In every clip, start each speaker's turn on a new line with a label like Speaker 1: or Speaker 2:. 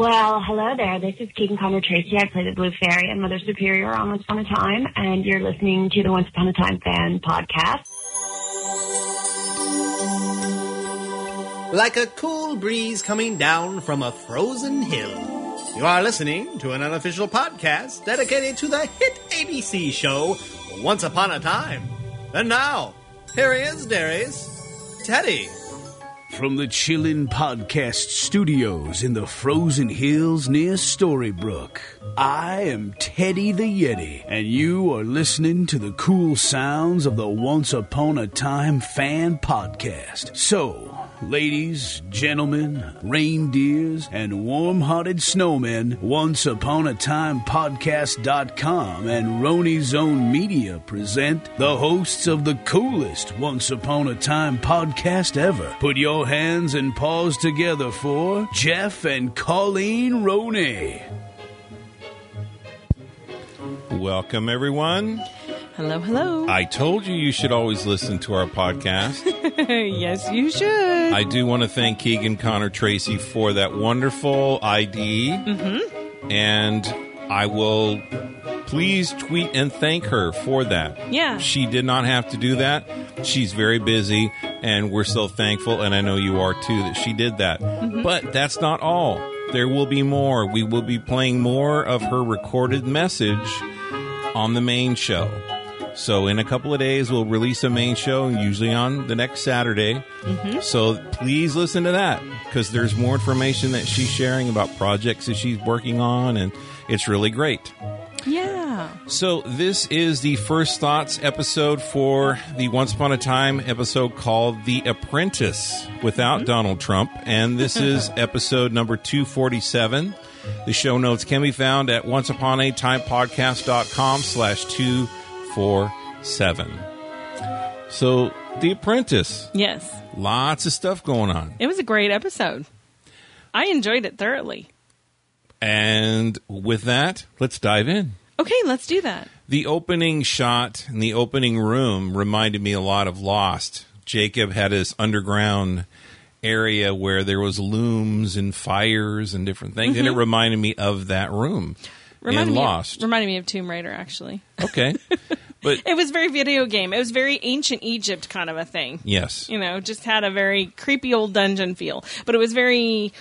Speaker 1: Well, hello there. This is Keegan Connor Tracy. I play the Blue Fairy and Mother Superior on Once Upon a Time, and you're listening to the Once Upon a Time fan podcast.
Speaker 2: Like a cool breeze coming down from a frozen hill, you are listening to an unofficial podcast dedicated to the hit ABC show Once Upon a Time. And now, here he is, Darius, Teddy.
Speaker 3: From the Chillin' Podcast Studios in the frozen hills near Storybrooke, I am Teddy the Yeti, and you are listening to the cool sounds of the Once Upon a Time Fan Podcast. So, ladies, gentlemen, reindeers, and warm hearted snowmen, Once Upon a Time Podcast.com and Roni's Own Media present the hosts of the coolest Once Upon a Time podcast ever. Put your hands and paws together for Jeff and Colleen Roney.
Speaker 4: Welcome, everyone.
Speaker 5: Hello, hello.
Speaker 4: I told you you should always listen to our podcast.
Speaker 5: yes, you should.
Speaker 4: I do want to thank Keegan Connor Tracy for that wonderful ID. Mm-hmm. And I will please tweet and thank her for that.
Speaker 5: Yeah.
Speaker 4: She did not have to do that. She's very busy, and we're so thankful. And I know you are too that she did that. But that's not all. There will be more. We will be playing more of her recorded message on the main show. So in a couple of days, we'll release a main show, usually on the next Saturday. So please listen to that because there's more information that she's sharing about projects that she's working on, and it's really great.
Speaker 5: yeah.
Speaker 4: So this is the first thoughts episode for the Once Upon a Time episode called The Apprentice without Donald Trump, and this is episode number 247. The show notes can be found at onceuponatimepodcast.com slash 247. So The Apprentice,
Speaker 5: Yes.
Speaker 4: lots of stuff going on.
Speaker 5: It was a great episode. I enjoyed it thoroughly.
Speaker 4: And with that, let's dive in.
Speaker 5: Okay, let's do that.
Speaker 4: The opening shot in the opening room reminded me a lot of Lost. Jacob had his underground area where there was looms and fires and different things, and it reminded me of that room in
Speaker 5: me
Speaker 4: Lost.
Speaker 5: Of, reminded me of Tomb Raider, actually.
Speaker 4: okay, but
Speaker 5: It was very video game. It was very ancient Egypt kind of a thing.
Speaker 4: yes,
Speaker 5: You know, just had a very creepy old dungeon feel, but it was very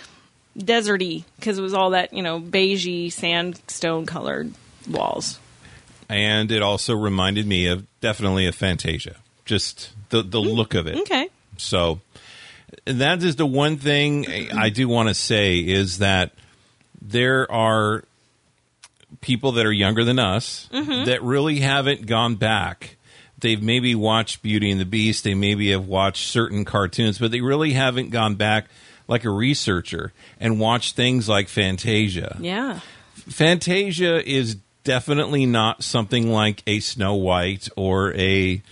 Speaker 5: deserty because it was all that you know beigey sandstone colored walls.
Speaker 4: and it also reminded me of definitely of Fantasia, just the the look of it.
Speaker 5: Okay.
Speaker 4: So that is the one thing I do want to say is that there are people that are younger than us that really haven't gone back. They've maybe watched Beauty and the Beast, they maybe have watched certain cartoons, but they really haven't gone back like a researcher and watched things like Fantasia.
Speaker 5: Yeah.
Speaker 4: Fantasia is definitely not something like a Snow White or a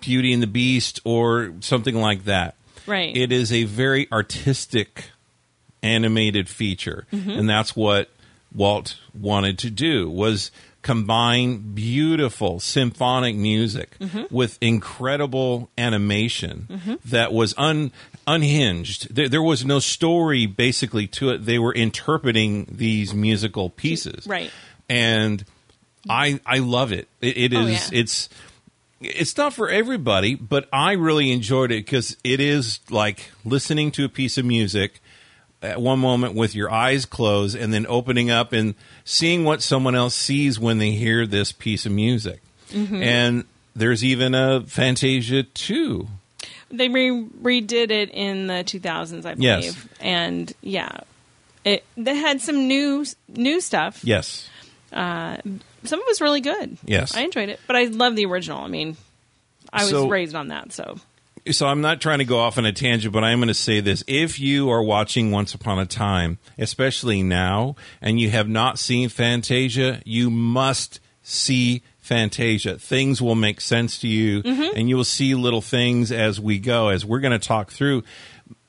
Speaker 4: Beauty and the Beast or something like that.
Speaker 5: Right.
Speaker 4: It is a very artistic animated feature,
Speaker 5: Mm-hmm.
Speaker 4: and that's what Walt wanted to do was combine beautiful symphonic music
Speaker 5: Mm-hmm.
Speaker 4: with incredible animation that was un unhinged. There, there was no story basically to it. They were interpreting these musical pieces,
Speaker 5: Right.
Speaker 4: And I I love it. It, it is
Speaker 5: Oh, yeah.
Speaker 4: it's it's not for everybody, but I really enjoyed it because it is like listening to a piece of music at one moment with your eyes closed and then opening up and seeing what someone else sees when they hear this piece of music.
Speaker 5: Mm-hmm.
Speaker 4: And there's even a Fantasia 2.
Speaker 5: They re- redid it in the 2000s, I believe.
Speaker 4: Yes.
Speaker 5: And yeah, it they had some new new stuff.
Speaker 4: Yes.
Speaker 5: Some of it was really good.
Speaker 4: Yes.
Speaker 5: I enjoyed it, but I love the original. I mean, I was
Speaker 4: So-
Speaker 5: raised on that, so
Speaker 4: so I'm not trying to go off on a tangent, but I'm going to say this. If you are watching Once Upon a Time, especially now, and you have not seen Fantasia, you must see Fantasia. Things will make sense to you, and you will see little things as we go, as we're going to talk through.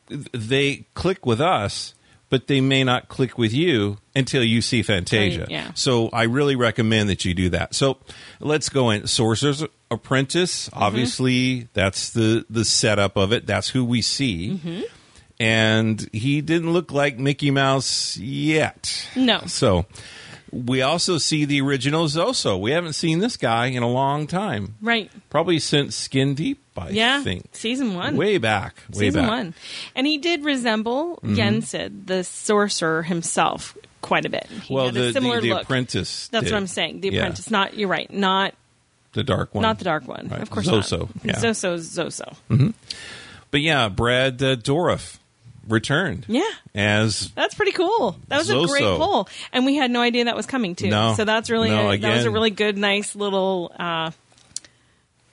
Speaker 4: They click with us, but they may not click with you until you see Fantasia.
Speaker 5: Right, yeah.
Speaker 4: So I really recommend that you do that. So let's go in. Sorcerer's
Speaker 5: Mm-hmm. Mm-hmm.
Speaker 4: Apprentice. Obviously, that's the the setup of it. That's who we see. and he didn't look like Mickey Mouse yet.
Speaker 5: No.
Speaker 4: So we also see the original Zoso. We haven't seen this guy in a long time.
Speaker 5: Right.
Speaker 4: Probably since Skin Deep, I
Speaker 5: Yeah.
Speaker 4: think.
Speaker 5: Season one.
Speaker 4: Way back. Way
Speaker 5: season
Speaker 4: back. Mm-hmm.
Speaker 5: one. And he did resemble Yensid, the sorcerer himself, quite a bit. He
Speaker 4: Well,
Speaker 5: had
Speaker 4: the,
Speaker 5: a similar
Speaker 4: the, the
Speaker 5: look.
Speaker 4: apprentice.
Speaker 5: That's
Speaker 4: did.
Speaker 5: what I'm saying. The
Speaker 4: Yeah.
Speaker 5: apprentice. Not you're right. Not
Speaker 4: The dark one.
Speaker 5: not the dark one.
Speaker 4: Right.
Speaker 5: Of course
Speaker 4: Zoso,
Speaker 5: not.
Speaker 4: yeah. Hmm.
Speaker 5: Zoso. is Zoso.
Speaker 4: But yeah, Brad uh, Dorff returned.
Speaker 5: Yeah.
Speaker 4: As
Speaker 5: That's pretty cool. That was a great
Speaker 4: Zoso.
Speaker 5: poll, and we had no idea that was coming too.
Speaker 4: No.
Speaker 5: So that's really
Speaker 4: No,
Speaker 5: a, that was a
Speaker 4: again-
Speaker 5: really good, nice little uh,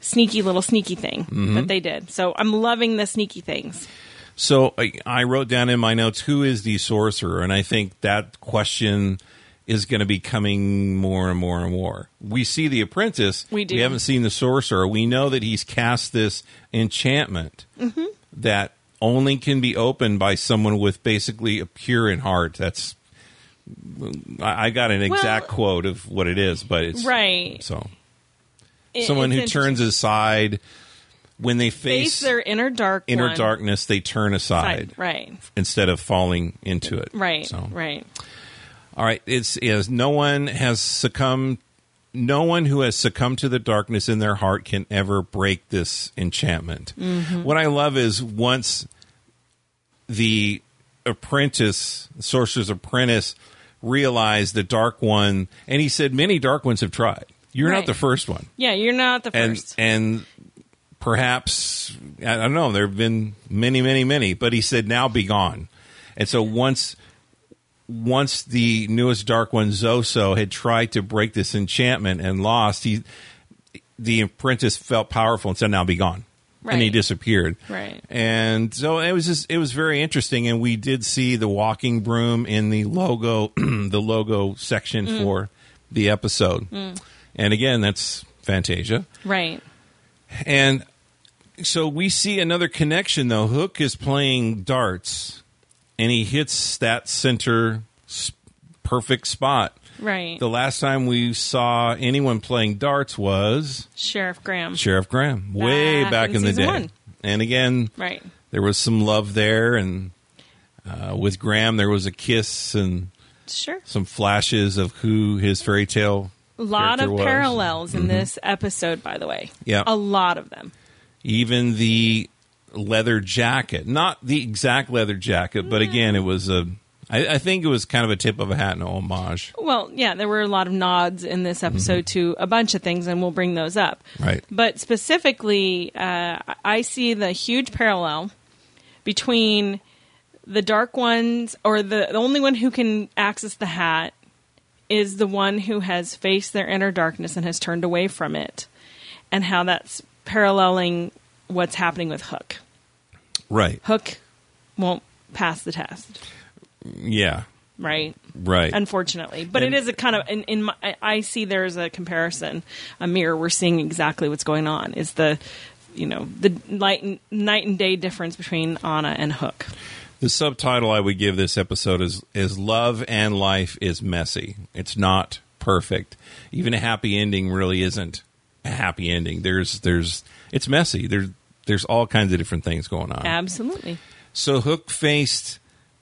Speaker 5: sneaky little sneaky thing
Speaker 4: Mm-hmm.
Speaker 5: that they did. So I'm loving the sneaky things.
Speaker 4: so I, I wrote down in my notes who is the sorcerer, and I think that question is going to be coming more and more and more. We see the apprentice.
Speaker 5: We do.
Speaker 4: We haven't seen the sorcerer. We know that he's cast this enchantment
Speaker 5: Mm-hmm.
Speaker 4: that only can be opened by someone with basically a pure in heart. That's I I got an
Speaker 5: Well-
Speaker 4: exact quote of what it is, but it's
Speaker 5: Right.
Speaker 4: So
Speaker 5: It-
Speaker 4: someone
Speaker 5: it's
Speaker 4: who
Speaker 5: interesting.
Speaker 4: turns aside when they face,
Speaker 5: face their inner dark
Speaker 4: inner
Speaker 5: one.
Speaker 4: darkness they turn aside
Speaker 5: side. Right.
Speaker 4: instead of falling into it
Speaker 5: Right.
Speaker 4: so
Speaker 5: Right.
Speaker 4: all right it's is no one has succumbed no one who has succumbed to the darkness in their heart can ever break this enchantment
Speaker 5: Mm-hmm.
Speaker 4: what i love is once the apprentice sorcerer's apprentice realized the dark one and he said many dark ones have tried you're not
Speaker 5: Right.
Speaker 4: the first one
Speaker 5: Yeah, you're not the
Speaker 4: and
Speaker 5: first.
Speaker 4: and perhaps I don't know. There have been many, many, many, but he said, "Now be gone." And so once once the newest Dark One Zoso had tried to break this enchantment and lost, he the apprentice felt powerful and said, "Now be gone," and he
Speaker 5: Right.
Speaker 4: disappeared.
Speaker 5: Right.
Speaker 4: And so it was just it was very interesting, and we did see the walking broom in the logo the logo section
Speaker 5: Mm.
Speaker 4: for the episode. And again, that's Fantasia.
Speaker 5: right.
Speaker 4: And so we see another connection though. Hook is playing darts and he hits that center s- perfect spot.
Speaker 5: Right.
Speaker 4: The last time we saw anyone playing darts was
Speaker 5: Sheriff Graham.
Speaker 4: Sheriff Graham way
Speaker 5: Back
Speaker 4: back in,
Speaker 5: in
Speaker 4: the
Speaker 5: season
Speaker 4: day.
Speaker 5: one.
Speaker 4: And again,
Speaker 5: Right.
Speaker 4: there was some love there and uh, with Graham there was a kiss and
Speaker 5: Sure.
Speaker 4: some flashes of who his fairy tale
Speaker 5: A lot
Speaker 4: character
Speaker 5: of
Speaker 4: was. Mm-hmm.
Speaker 5: parallels in this episode, by the way.
Speaker 4: Yeah.
Speaker 5: A lot of them.
Speaker 4: even the leather jacket not the exact leather jacket but again it was a I, I think it was kind of a tip of a hat and an homage
Speaker 5: Well, yeah, there were a lot of nods in this episode
Speaker 4: Mm-hmm.
Speaker 5: to a bunch of things, and we'll bring those up.
Speaker 4: Right.
Speaker 5: But specifically, uh, I- I see the huge parallel between the Dark Ones, or the, the only one who can access the hat, is the one who has faced their inner darkness and has turned away from it, and how that's paralleling what's happening with Hook.
Speaker 4: right
Speaker 5: Hook won't pass the test,
Speaker 4: yeah
Speaker 5: right?
Speaker 4: right
Speaker 5: unfortunately. But
Speaker 4: And-
Speaker 5: it is a kind of in, in my, I- I see there's a comparison, a mirror. We're seeing exactly what's going on. Is the you know the night and, night and day difference between Anna and Hook.
Speaker 4: the subtitle i would give this episode is is love and life is messy it's not perfect even a happy ending really isn't a happy ending there's there's it's messy there's there's all kinds of different things going on
Speaker 5: Absolutely.
Speaker 4: So Hook faced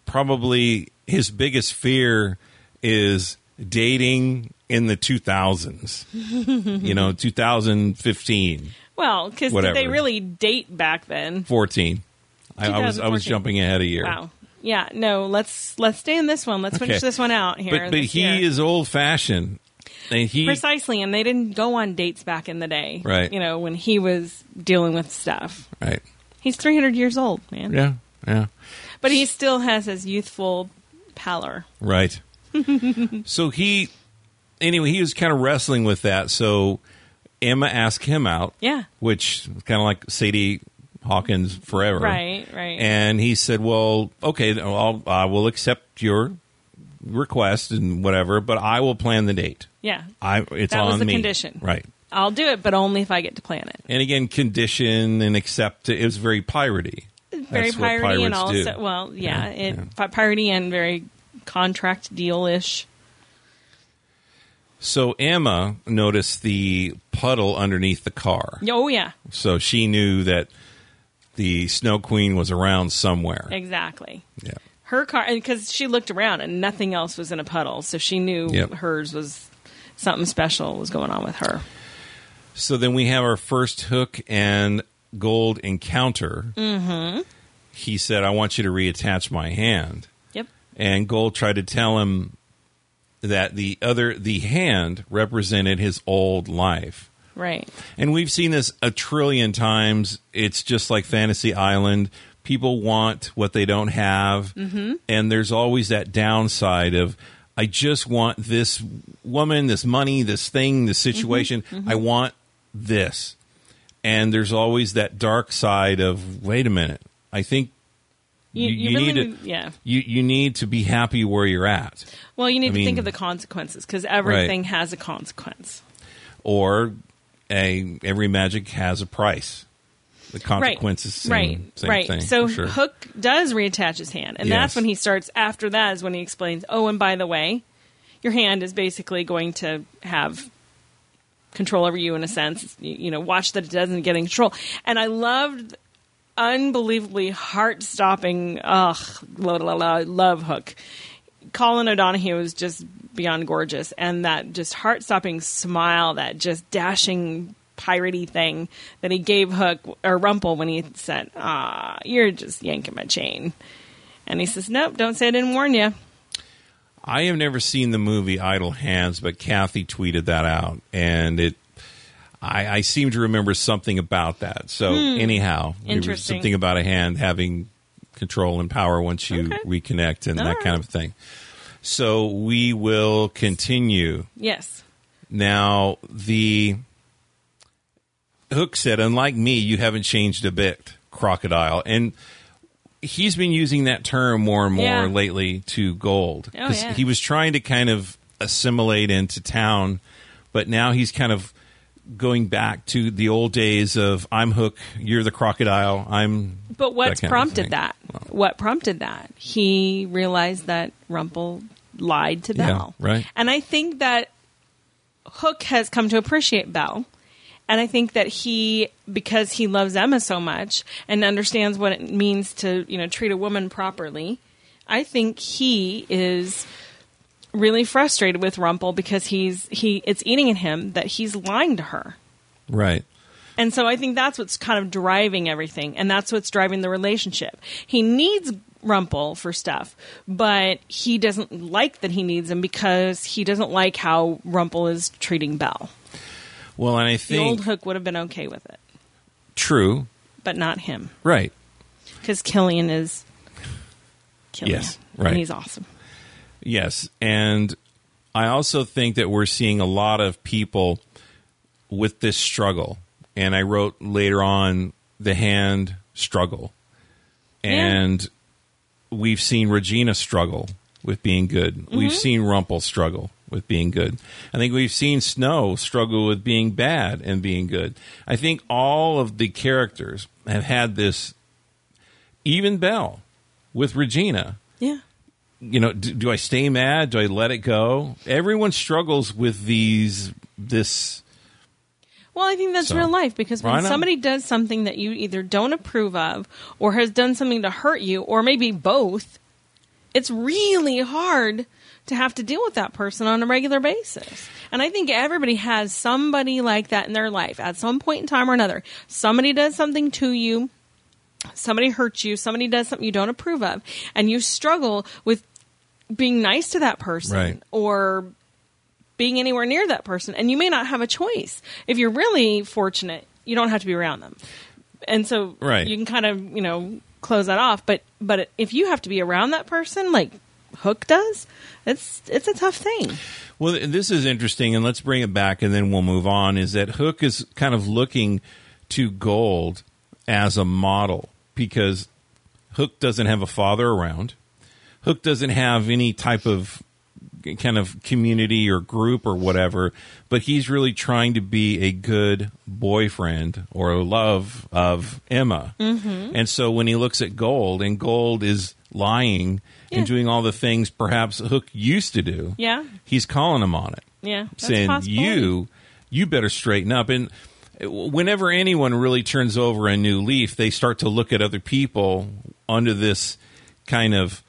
Speaker 4: probably his biggest fear is dating in the 2000s. you know, 2015,
Speaker 5: Well, because did they
Speaker 4: Whatever.
Speaker 5: really date back then?
Speaker 4: 14. I, I was I was
Speaker 5: 2014.
Speaker 4: jumping ahead a year.
Speaker 5: Wow. Yeah. No. Let's let's stay in this one. Let's
Speaker 4: Okay.
Speaker 5: finish this one out here.
Speaker 4: But but
Speaker 5: this
Speaker 4: he
Speaker 5: year.
Speaker 4: is old fashioned. And he
Speaker 5: precisely, and they didn't go on dates back in the day.
Speaker 4: Right.
Speaker 5: You know when he was dealing with stuff.
Speaker 4: right.
Speaker 5: He's 300 years old, man.
Speaker 4: Yeah. Yeah.
Speaker 5: But he still has his youthful pallor.
Speaker 4: Right. so he anyway, he was kind of wrestling with that. So Emma asked him out.
Speaker 5: Yeah.
Speaker 4: Which kind of like Sadie Hawkins forever.
Speaker 5: Right, right.
Speaker 4: And he said, "Well, okay, then I'll I will accept your request and whatever, but I will plan the date.
Speaker 5: yeah.
Speaker 4: I it's
Speaker 5: That was
Speaker 4: on
Speaker 5: the
Speaker 4: me."
Speaker 5: condition.
Speaker 4: Right.
Speaker 5: I'll do it, but only if I get to plan it.
Speaker 4: And again, condition and accept it was very piratey.
Speaker 5: Very
Speaker 4: That's what
Speaker 5: piratey and
Speaker 4: pirates
Speaker 5: also,
Speaker 4: do.
Speaker 5: well, yeah,
Speaker 4: Yeah,
Speaker 5: it, pi- piratey and very contract deal ish.
Speaker 4: So Emma noticed the puddle underneath the car.
Speaker 5: Oh, yeah.
Speaker 4: So she knew that the Snow Queen was around somewhere.
Speaker 5: Exactly.
Speaker 4: Yeah.
Speaker 5: Her car, because she looked around and nothing else was in a puddle, so she knew
Speaker 4: Yep.
Speaker 5: hers was something special was going on with her.
Speaker 4: So then we have our first hook and gold encounter. Mm-hmm. He said, I want you to reattach my hand.
Speaker 5: Yep.
Speaker 4: And gold tried to tell him that the other, the hand represented his old life.
Speaker 5: Right.
Speaker 4: And we've seen this a trillion times. It's just like Fantasy Island. People want what they don't have. Mm-hmm. And there's always that downside of, I just want this woman, this money, this thing,
Speaker 5: Mm-hmm.
Speaker 4: this situation. I want this. And there's always that dark side of, wait a minute. I think
Speaker 5: You,
Speaker 4: You-
Speaker 5: you,
Speaker 4: you
Speaker 5: really
Speaker 4: need to-
Speaker 5: need- yeah.
Speaker 4: you, you need to be happy where you're at.
Speaker 5: Well, you need
Speaker 4: I
Speaker 5: to
Speaker 4: mean-
Speaker 5: think of the consequences because everything has a consequence.
Speaker 4: Or a, every magic has a price. The consequences,
Speaker 5: right,
Speaker 4: same, same
Speaker 5: right.
Speaker 4: thing.
Speaker 5: so
Speaker 4: for sure.
Speaker 5: Hook does reattach his hand, and
Speaker 4: Yes.
Speaker 5: that's when he starts. After that is when he explains. Oh, and by the way, your hand is basically going to have control over you in a sense. You, you know, watch that it doesn't get in control. And I loved, unbelievably heart-stopping. Ugh, la la la, love Hook. Colin O'Donohue was just beyond gorgeous, and that just heart-stopping smile, that just dashing piratey thing that he gave Hook or Rumple when he said, "Ah, you're just yanking my chain," and he says, "Nope, don't say I didn't warn you."
Speaker 4: I have never seen the movie Idle Hands, but Kathy tweeted that out, and it. I, I seem to remember something about that. So anyhow, there was
Speaker 5: Hmm. Interesting.
Speaker 4: something about a hand having control and power once you
Speaker 5: Okay.
Speaker 4: reconnect and
Speaker 5: All
Speaker 4: that
Speaker 5: right.
Speaker 4: kind of thing. So we will continue
Speaker 5: Yes,
Speaker 4: now. The Hook said, "Unlike me, you haven't changed a bit, crocodile." And he's been using that term more and more
Speaker 5: Yeah.
Speaker 4: lately to gold
Speaker 5: Oh, yeah.
Speaker 4: he was trying to kind of assimilate into town, but now he's kind of going back to the old days of I'm Hook, you're the crocodile, I'm.
Speaker 5: but what's
Speaker 4: kind of thing.
Speaker 5: prompted that?
Speaker 4: Well-
Speaker 5: What prompted that? He realized that Rumple lied to
Speaker 4: Yeah,
Speaker 5: Belle,
Speaker 4: right.
Speaker 5: And I think that Hook has come to appreciate Belle. And I think that he, because he loves Emma so much and understands what it means to, you know, treat a woman properly, I think he is really frustrated with Rumple because he's he it's eating at him that he's lying to her.
Speaker 4: Right.
Speaker 5: And so I think that's what's kind of driving everything, and that's what's driving the relationship. He needs Rumple for stuff, but he doesn't like that he needs him because he doesn't like how Rumple is treating Belle.
Speaker 4: Well, and I
Speaker 5: The old
Speaker 4: think.
Speaker 5: Hook would have been okay with it,
Speaker 4: True.
Speaker 5: but not him
Speaker 4: Right.
Speaker 5: because Killian is Killian.
Speaker 4: Yes, right.
Speaker 5: And he's awesome.
Speaker 4: Yes. And I also think that we're seeing a lot of people with this struggle. And I wrote later on the hand struggle. And we've seen Regina struggle with being good. We've seen Rumple struggle with being good. I think we've seen Snow struggle with being bad and being good. I think all of the characters have had this, even Belle with Regina
Speaker 5: Yeah.
Speaker 4: you know do, do i stay mad do i let it go everyone struggles with these this
Speaker 5: Well, I think that's
Speaker 4: So-
Speaker 5: real life because
Speaker 4: Well, I
Speaker 5: when
Speaker 4: know.
Speaker 5: somebody does something that you either don't approve of or has done something to hurt you or maybe both, it's really hard to have to deal with that person on a regular basis. And I think everybody has somebody like that in their life at some point in time or another. Somebody does something to you, somebody hurts you, somebody does something you don't approve of, and you struggle with being nice to that person
Speaker 4: Right.
Speaker 5: or being anywhere near that person and you may not have a choice if you're really fortunate you don't have to be around them and so
Speaker 4: Right.
Speaker 5: you can kind of you know close that off but but if you have to be around that person like hook does it's it's a tough thing
Speaker 4: well th- this is interesting and let's bring it back and then we'll move on is that hook is kind of looking to gold as a model because hook doesn't have a father around hook doesn't have any type of kind of community or group or whatever but he's really trying to be a good boyfriend or a love of emma mm-hmm. and so when he looks at gold and gold is lying
Speaker 5: Yeah.
Speaker 4: and doing all the things perhaps hook used to do
Speaker 5: Yeah.
Speaker 4: he's calling him on it
Speaker 5: yeah that's a
Speaker 4: saying
Speaker 5: possibility.
Speaker 4: you you better straighten up and whenever anyone really turns over a new leaf, they start to look at other people under this kind of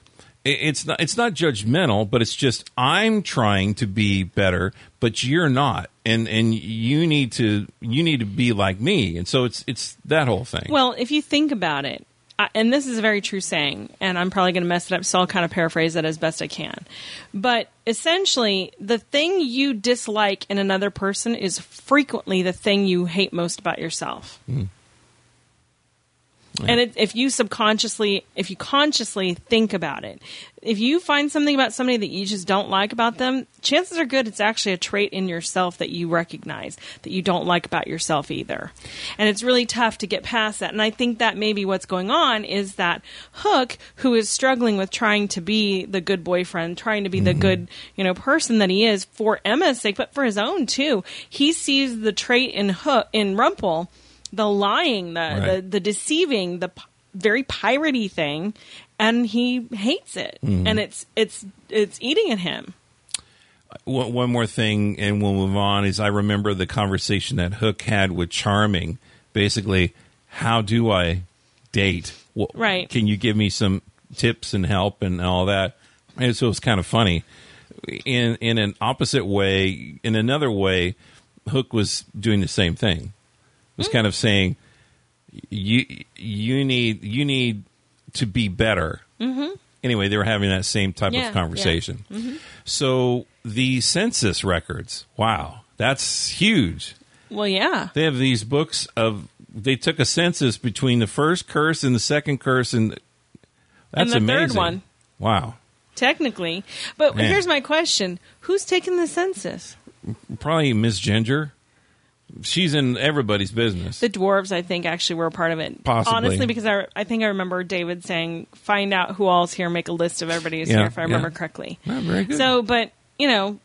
Speaker 4: it- it's not it's not judgmental, but it's just I'm trying to be better, but you're not, and and you need to you need to be like me, and so it's it's that whole thing.
Speaker 5: Well, if you think about it, I, and this is a very true saying, and I'm probably going to mess it up, so I'll kind of paraphrase it as best I can. But essentially, the thing you dislike in another person is frequently the thing you hate most about yourself. And it, if you subconsciously, if you consciously think about it, if you find something about somebody that you just don't like about them, chances are good it's actually a trait in yourself that you recognize that you don't like about yourself either. And it's really tough to get past that. And I think that maybe what's going on is that Hook, who is struggling with trying to be the good boyfriend, trying to be the good, you know, person that he is for Emma's sake, but for his own too, he sees the trait in Hook in Rumple the lying, the
Speaker 4: Right.
Speaker 5: the, the deceiving, the p- very piratey thing, and he hates it,
Speaker 4: Mm-hmm.
Speaker 5: and it's it's it's eating at him.
Speaker 4: one, one more thing, and we'll move on. Is I remember the conversation that Hook had with Charming. Basically, how do I date? Wh-
Speaker 5: Right.
Speaker 4: Can you give me some tips and help and all that? And so it's kind of funny. In in an opposite way, in another way, Hook was doing the same thing. Was kind of saying, you you need you need to be better. Mm-hmm. Anyway, they were having that same type
Speaker 5: Yeah, Mm-hmm. yeah.
Speaker 4: of conversation. So the census records, wow, that's huge.
Speaker 5: Well, yeah,
Speaker 4: They have these books of they took a census between the first curse and the second curse, and that's
Speaker 5: the third
Speaker 4: amazing.
Speaker 5: one.
Speaker 4: Wow,
Speaker 5: technically, but
Speaker 4: Man.
Speaker 5: here's my question: Who's taking the census?
Speaker 4: probably Miss Ginger. She's in everybody's business.
Speaker 5: The dwarves, I think, actually were a part of it.
Speaker 4: Possibly.
Speaker 5: honestly, because I I think I remember David saying, "Find out who all's here, make a list of everybody who's
Speaker 4: Yeah,
Speaker 5: here," if I remember
Speaker 4: yeah.
Speaker 5: correctly.
Speaker 4: Ah, very good.
Speaker 5: So, but you know,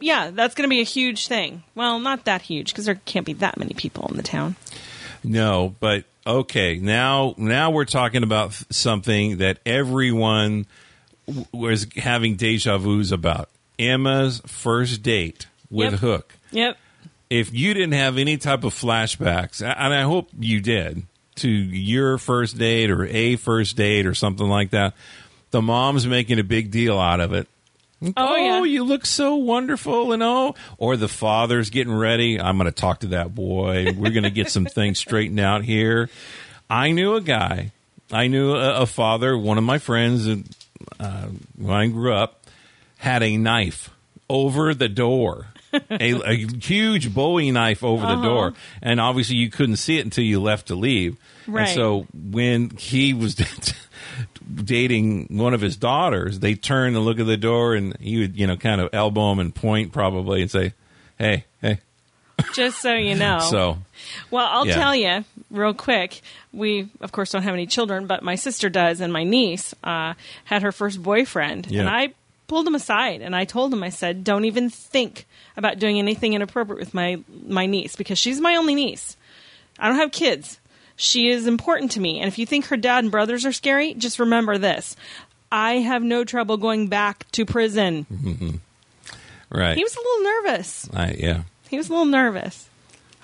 Speaker 5: yeah, that's going to be a huge thing. Well, not that huge because there can't be that many people in the town.
Speaker 4: No, but okay. Now, now we're talking about th- something that everyone w- was having deja vu's about. Emma's first date with
Speaker 5: Yep.
Speaker 4: Hook.
Speaker 5: Yep.
Speaker 4: If you didn't have any type of flashbacks, a- and I hope you did, to your first date or a first date or something like that, the mom's making a big deal out of it.
Speaker 5: Oh, yeah.
Speaker 4: you look so wonderful and oh or the father's getting ready i'm going to talk to that boy we're going to get some things straightened out here i knew a guy i knew a, a father one of my friends uh, when i grew up had a knife over the door a, a huge bowie knife over
Speaker 5: Uh-huh.
Speaker 4: the door and obviously you couldn't see it until you left to leave And
Speaker 5: Right.
Speaker 4: so when he was dating one of his daughters, they turn and look at the door, and he would, you know, kind of elbow him and point probably and say, "Hey, hey."
Speaker 5: Just so you know.
Speaker 4: So
Speaker 5: well, I'll
Speaker 4: yeah.
Speaker 5: tell you real quick. We, of course, don't have any children, but my sister does, and my niece uh, had her first boyfriend.
Speaker 4: Yeah.
Speaker 5: And I pulled him aside and I told him, I said, don't even think about doing anything inappropriate with my, my niece because she's my only niece. I don't have kids. She is important to me. And if you think her dad and brothers are scary, just remember this. I have no trouble going back to prison.
Speaker 4: Mm-hmm. right,
Speaker 5: He was a little nervous.
Speaker 4: I, yeah.
Speaker 5: He was a little nervous.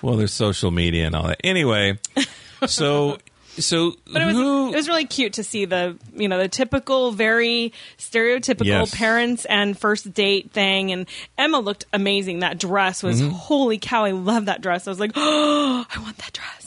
Speaker 4: Well, there's social media and all that. Anyway, so so
Speaker 5: But it was
Speaker 4: who?
Speaker 5: it was really cute to see the you know the typical very stereotypical
Speaker 4: Yes.
Speaker 5: parents and first date thing and Emma looked amazing that dress was
Speaker 4: Mm-hmm.
Speaker 5: holy cow I love that dress I was like oh I want that dress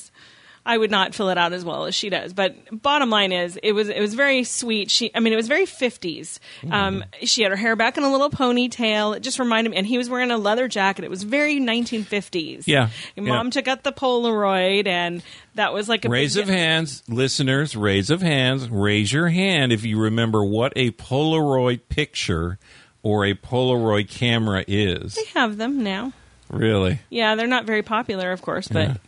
Speaker 5: I would not fill it out as well as she does but bottom line is it was it was very sweet she I mean it was very 50s
Speaker 4: Mm-hmm.
Speaker 5: um, she had her hair back in a little ponytail it just reminded me and he was wearing a leather jacket it was very 1950s
Speaker 4: Yeah.
Speaker 5: Your
Speaker 4: Yeah.
Speaker 5: mom took out the Polaroid and that was like a
Speaker 4: Raise
Speaker 5: big-
Speaker 4: of hands, listeners. Raise of hands. Raise your hand if you remember what a Polaroid picture or a Polaroid camera is.
Speaker 5: They have them now.
Speaker 4: Really?
Speaker 5: Yeah, they're not very popular, of course, but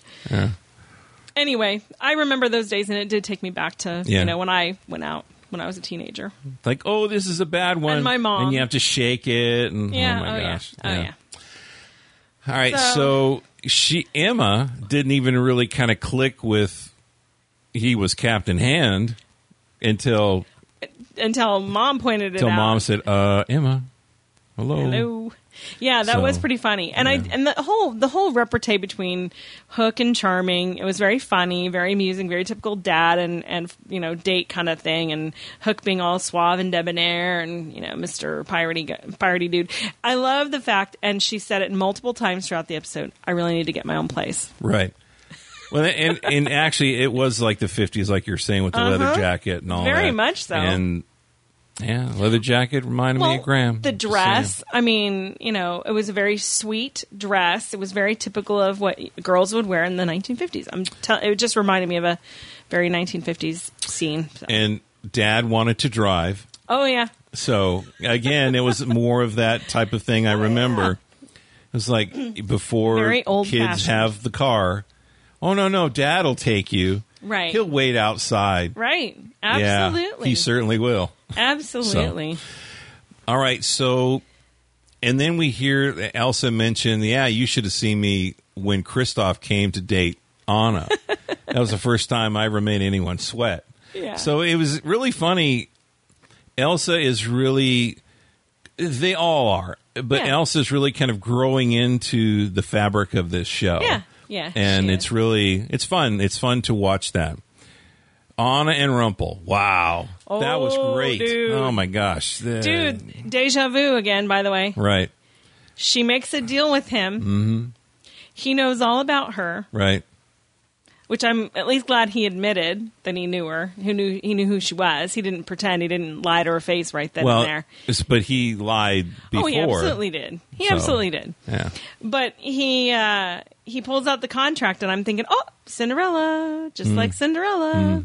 Speaker 5: anyway, I remember those days, and it did take me back to
Speaker 4: Yeah.
Speaker 5: you know when I went out when I was a teenager.
Speaker 4: like, oh, this is a bad one.
Speaker 5: my mom.
Speaker 4: And you have to shake it. And,
Speaker 5: Yeah,
Speaker 4: oh
Speaker 5: oh,
Speaker 4: my gosh.
Speaker 5: yeah, oh yeah.
Speaker 4: All right. So,
Speaker 5: So-
Speaker 4: she, Emma, didn't even really kind of click with he was Captain Hand until,
Speaker 5: Until mom pointed it
Speaker 4: until
Speaker 5: out.
Speaker 4: mom said, uh, Emma, Hello.
Speaker 5: Hello. Yeah, that
Speaker 4: So,
Speaker 5: was pretty funny. And
Speaker 4: yeah.
Speaker 5: I and the whole the whole repartee between Hook and Charming, it was very funny, very amusing, very typical dad and and you know, date kind of thing and Hook being all suave and debonair and you know, Mr. Piratey gu- Piratey dude. I love the fact and she said it multiple times throughout the episode. I really need to get my own place.
Speaker 4: Right. Well, and and actually, it was like the fifties, like you're saying, with the leather jacket and all.
Speaker 5: Uh-huh. Very
Speaker 4: that.
Speaker 5: much so.
Speaker 4: And yeah, leather jacket reminded me of Graham.
Speaker 5: The
Speaker 4: Just saying.
Speaker 5: dress, I mean, you know, it was a very sweet dress. It was very typical of what girls would wear in the 1950s. I'm tell it just reminded me of a very 1950s scene. So-
Speaker 4: And Dad wanted to drive,
Speaker 5: oh yeah.
Speaker 4: so again, it was more of that type of thing. I remember. It was like before
Speaker 5: Very
Speaker 4: kids
Speaker 5: old-fashioned.
Speaker 4: have the car. Oh no, no, Dad will take you.
Speaker 5: Right.
Speaker 4: He'll wait outside.
Speaker 5: Right.
Speaker 4: Yeah,
Speaker 5: Absolutely.
Speaker 4: he certainly will.
Speaker 5: Absolutely.
Speaker 4: All right, so and then we hear Elsa mention, "Yeah, you should have seen me when Kristoff came to date Anna." that was the first time I ever made anyone sweat.
Speaker 5: Yeah.
Speaker 4: So it was really funny. Elsa is really they all are, but
Speaker 5: Yeah.
Speaker 4: Elsa's really kind of growing into the fabric of this show.
Speaker 5: Yeah. Yeah,
Speaker 4: And
Speaker 5: she
Speaker 4: it's
Speaker 5: is.
Speaker 4: really it's fun. It's fun to watch that. Anna and Rumple. Wow. that was
Speaker 5: Oh,
Speaker 4: great.
Speaker 5: dude.
Speaker 4: Oh my gosh. The-
Speaker 5: Dude, deja vu again, by the way.
Speaker 4: Right,
Speaker 5: She makes a deal with him. Mm-hmm. He knows all about her.
Speaker 4: right.
Speaker 5: which I'm at least glad he admitted that he knew her. Who knew he knew who she was. He didn't pretend. He didn't lie to her face right then
Speaker 4: well,
Speaker 5: and there.
Speaker 4: it's- but he lied before.
Speaker 5: Oh, he absolutely did. He
Speaker 4: So-
Speaker 5: absolutely did.
Speaker 4: Yeah.
Speaker 5: But he uh, he pulls out the contract, and I'm thinking, oh, Cinderella,
Speaker 4: Mm.
Speaker 5: just like Cinderella.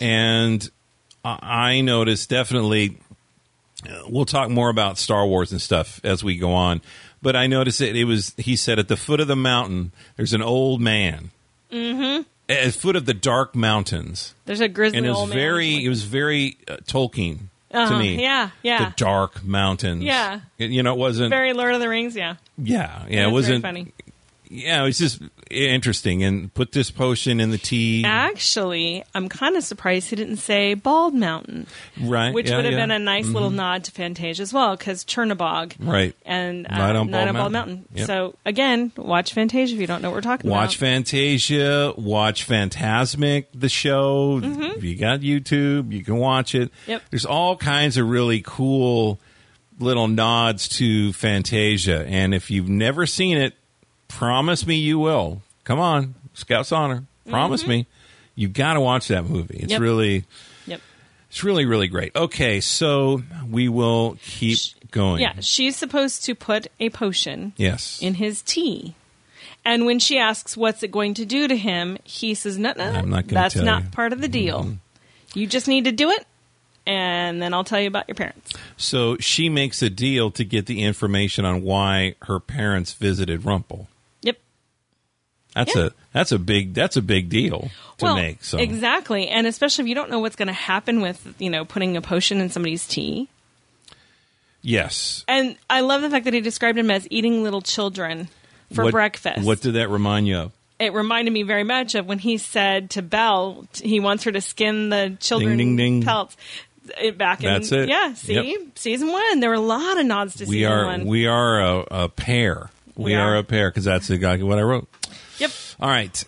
Speaker 4: And I I noticed definitely. uh, We'll talk more about Star Wars and stuff as we go on, but I noticed that it was. He said at the foot of the mountain, there's an old man. Mm-hmm. At the foot of the dark mountains,
Speaker 5: There's a grizzly
Speaker 4: and it was
Speaker 5: old man.
Speaker 4: very. It was very uh, Tolkien to
Speaker 5: Uh-huh.
Speaker 4: me.
Speaker 5: Yeah, yeah.
Speaker 4: The dark mountains.
Speaker 5: Yeah.
Speaker 4: It- you know, it wasn't.
Speaker 5: very Lord of the Rings.
Speaker 4: Mm.
Speaker 5: Yeah,
Speaker 4: yeah, yeah.
Speaker 5: That's
Speaker 4: It wasn't.
Speaker 5: very funny.
Speaker 4: Yeah, it's just interesting. And put this potion in the tea,
Speaker 5: Actually, I'm kind of surprised he didn't say Bald Mountain,
Speaker 4: right?
Speaker 5: which
Speaker 4: Yeah,
Speaker 5: would have
Speaker 4: yeah. Mm-hmm.
Speaker 5: been a nice little nod to Fantasia as well, because Chernabog.
Speaker 4: right.
Speaker 5: and uh,
Speaker 4: Night on Bald
Speaker 5: Night on Bald
Speaker 4: Mountain.
Speaker 5: Mountain.
Speaker 4: Yep.
Speaker 5: So again, watch Fantasia if you don't know what we're talking
Speaker 4: Watch
Speaker 5: about.
Speaker 4: Fantasia, watch Phantasmic, the show. If you got YouTube, you can watch it.
Speaker 5: Mm-hmm. Yep.
Speaker 4: There's all kinds of really cool little nods to Fantasia, and if you've never seen it, promise me you will. Come on, Scouts Honor, promise me. You got to watch that movie. It's
Speaker 5: Mm-hmm. Yep.
Speaker 4: really
Speaker 5: Yep.
Speaker 4: It's really, really great. Okay, so we will keep going.
Speaker 5: Yeah, she's supposed to put a potion
Speaker 4: Yes.
Speaker 5: in his tea. And when she asks what's it going to do to him, he says, "No, no,
Speaker 4: I'm not gonna
Speaker 5: that's
Speaker 4: tell
Speaker 5: not
Speaker 4: you." Mm-hmm.
Speaker 5: part of the deal. You just need to do it, and then I'll tell you about your parents."
Speaker 4: so she makes a deal to get the information on why her parents visited Rumple.
Speaker 5: Yep.
Speaker 4: Oh. That's
Speaker 5: Yeah.
Speaker 4: a that's a big that's a big deal to
Speaker 5: well,
Speaker 4: make. So
Speaker 5: exactly, and especially if you don't know what's going to happen with you know putting a potion in somebody's tea.
Speaker 4: yes.
Speaker 5: And I love the fact that he described him as eating little children for
Speaker 4: What-
Speaker 5: breakfast.
Speaker 4: What did that remind you of?
Speaker 5: it reminded me very much of when he said to Belle t- he wants her to skin the children
Speaker 4: Ding, ding, ding.
Speaker 5: pelts. It back in
Speaker 4: That's it.
Speaker 5: yeah. See,
Speaker 4: Yep.
Speaker 5: season one. There were a lot of nods to
Speaker 4: We
Speaker 5: season
Speaker 4: are
Speaker 5: one.
Speaker 4: we are a, a pair. We,
Speaker 5: We
Speaker 4: are.
Speaker 5: are.
Speaker 4: a pair because that's exactly what I wrote.
Speaker 5: yep.
Speaker 4: All right,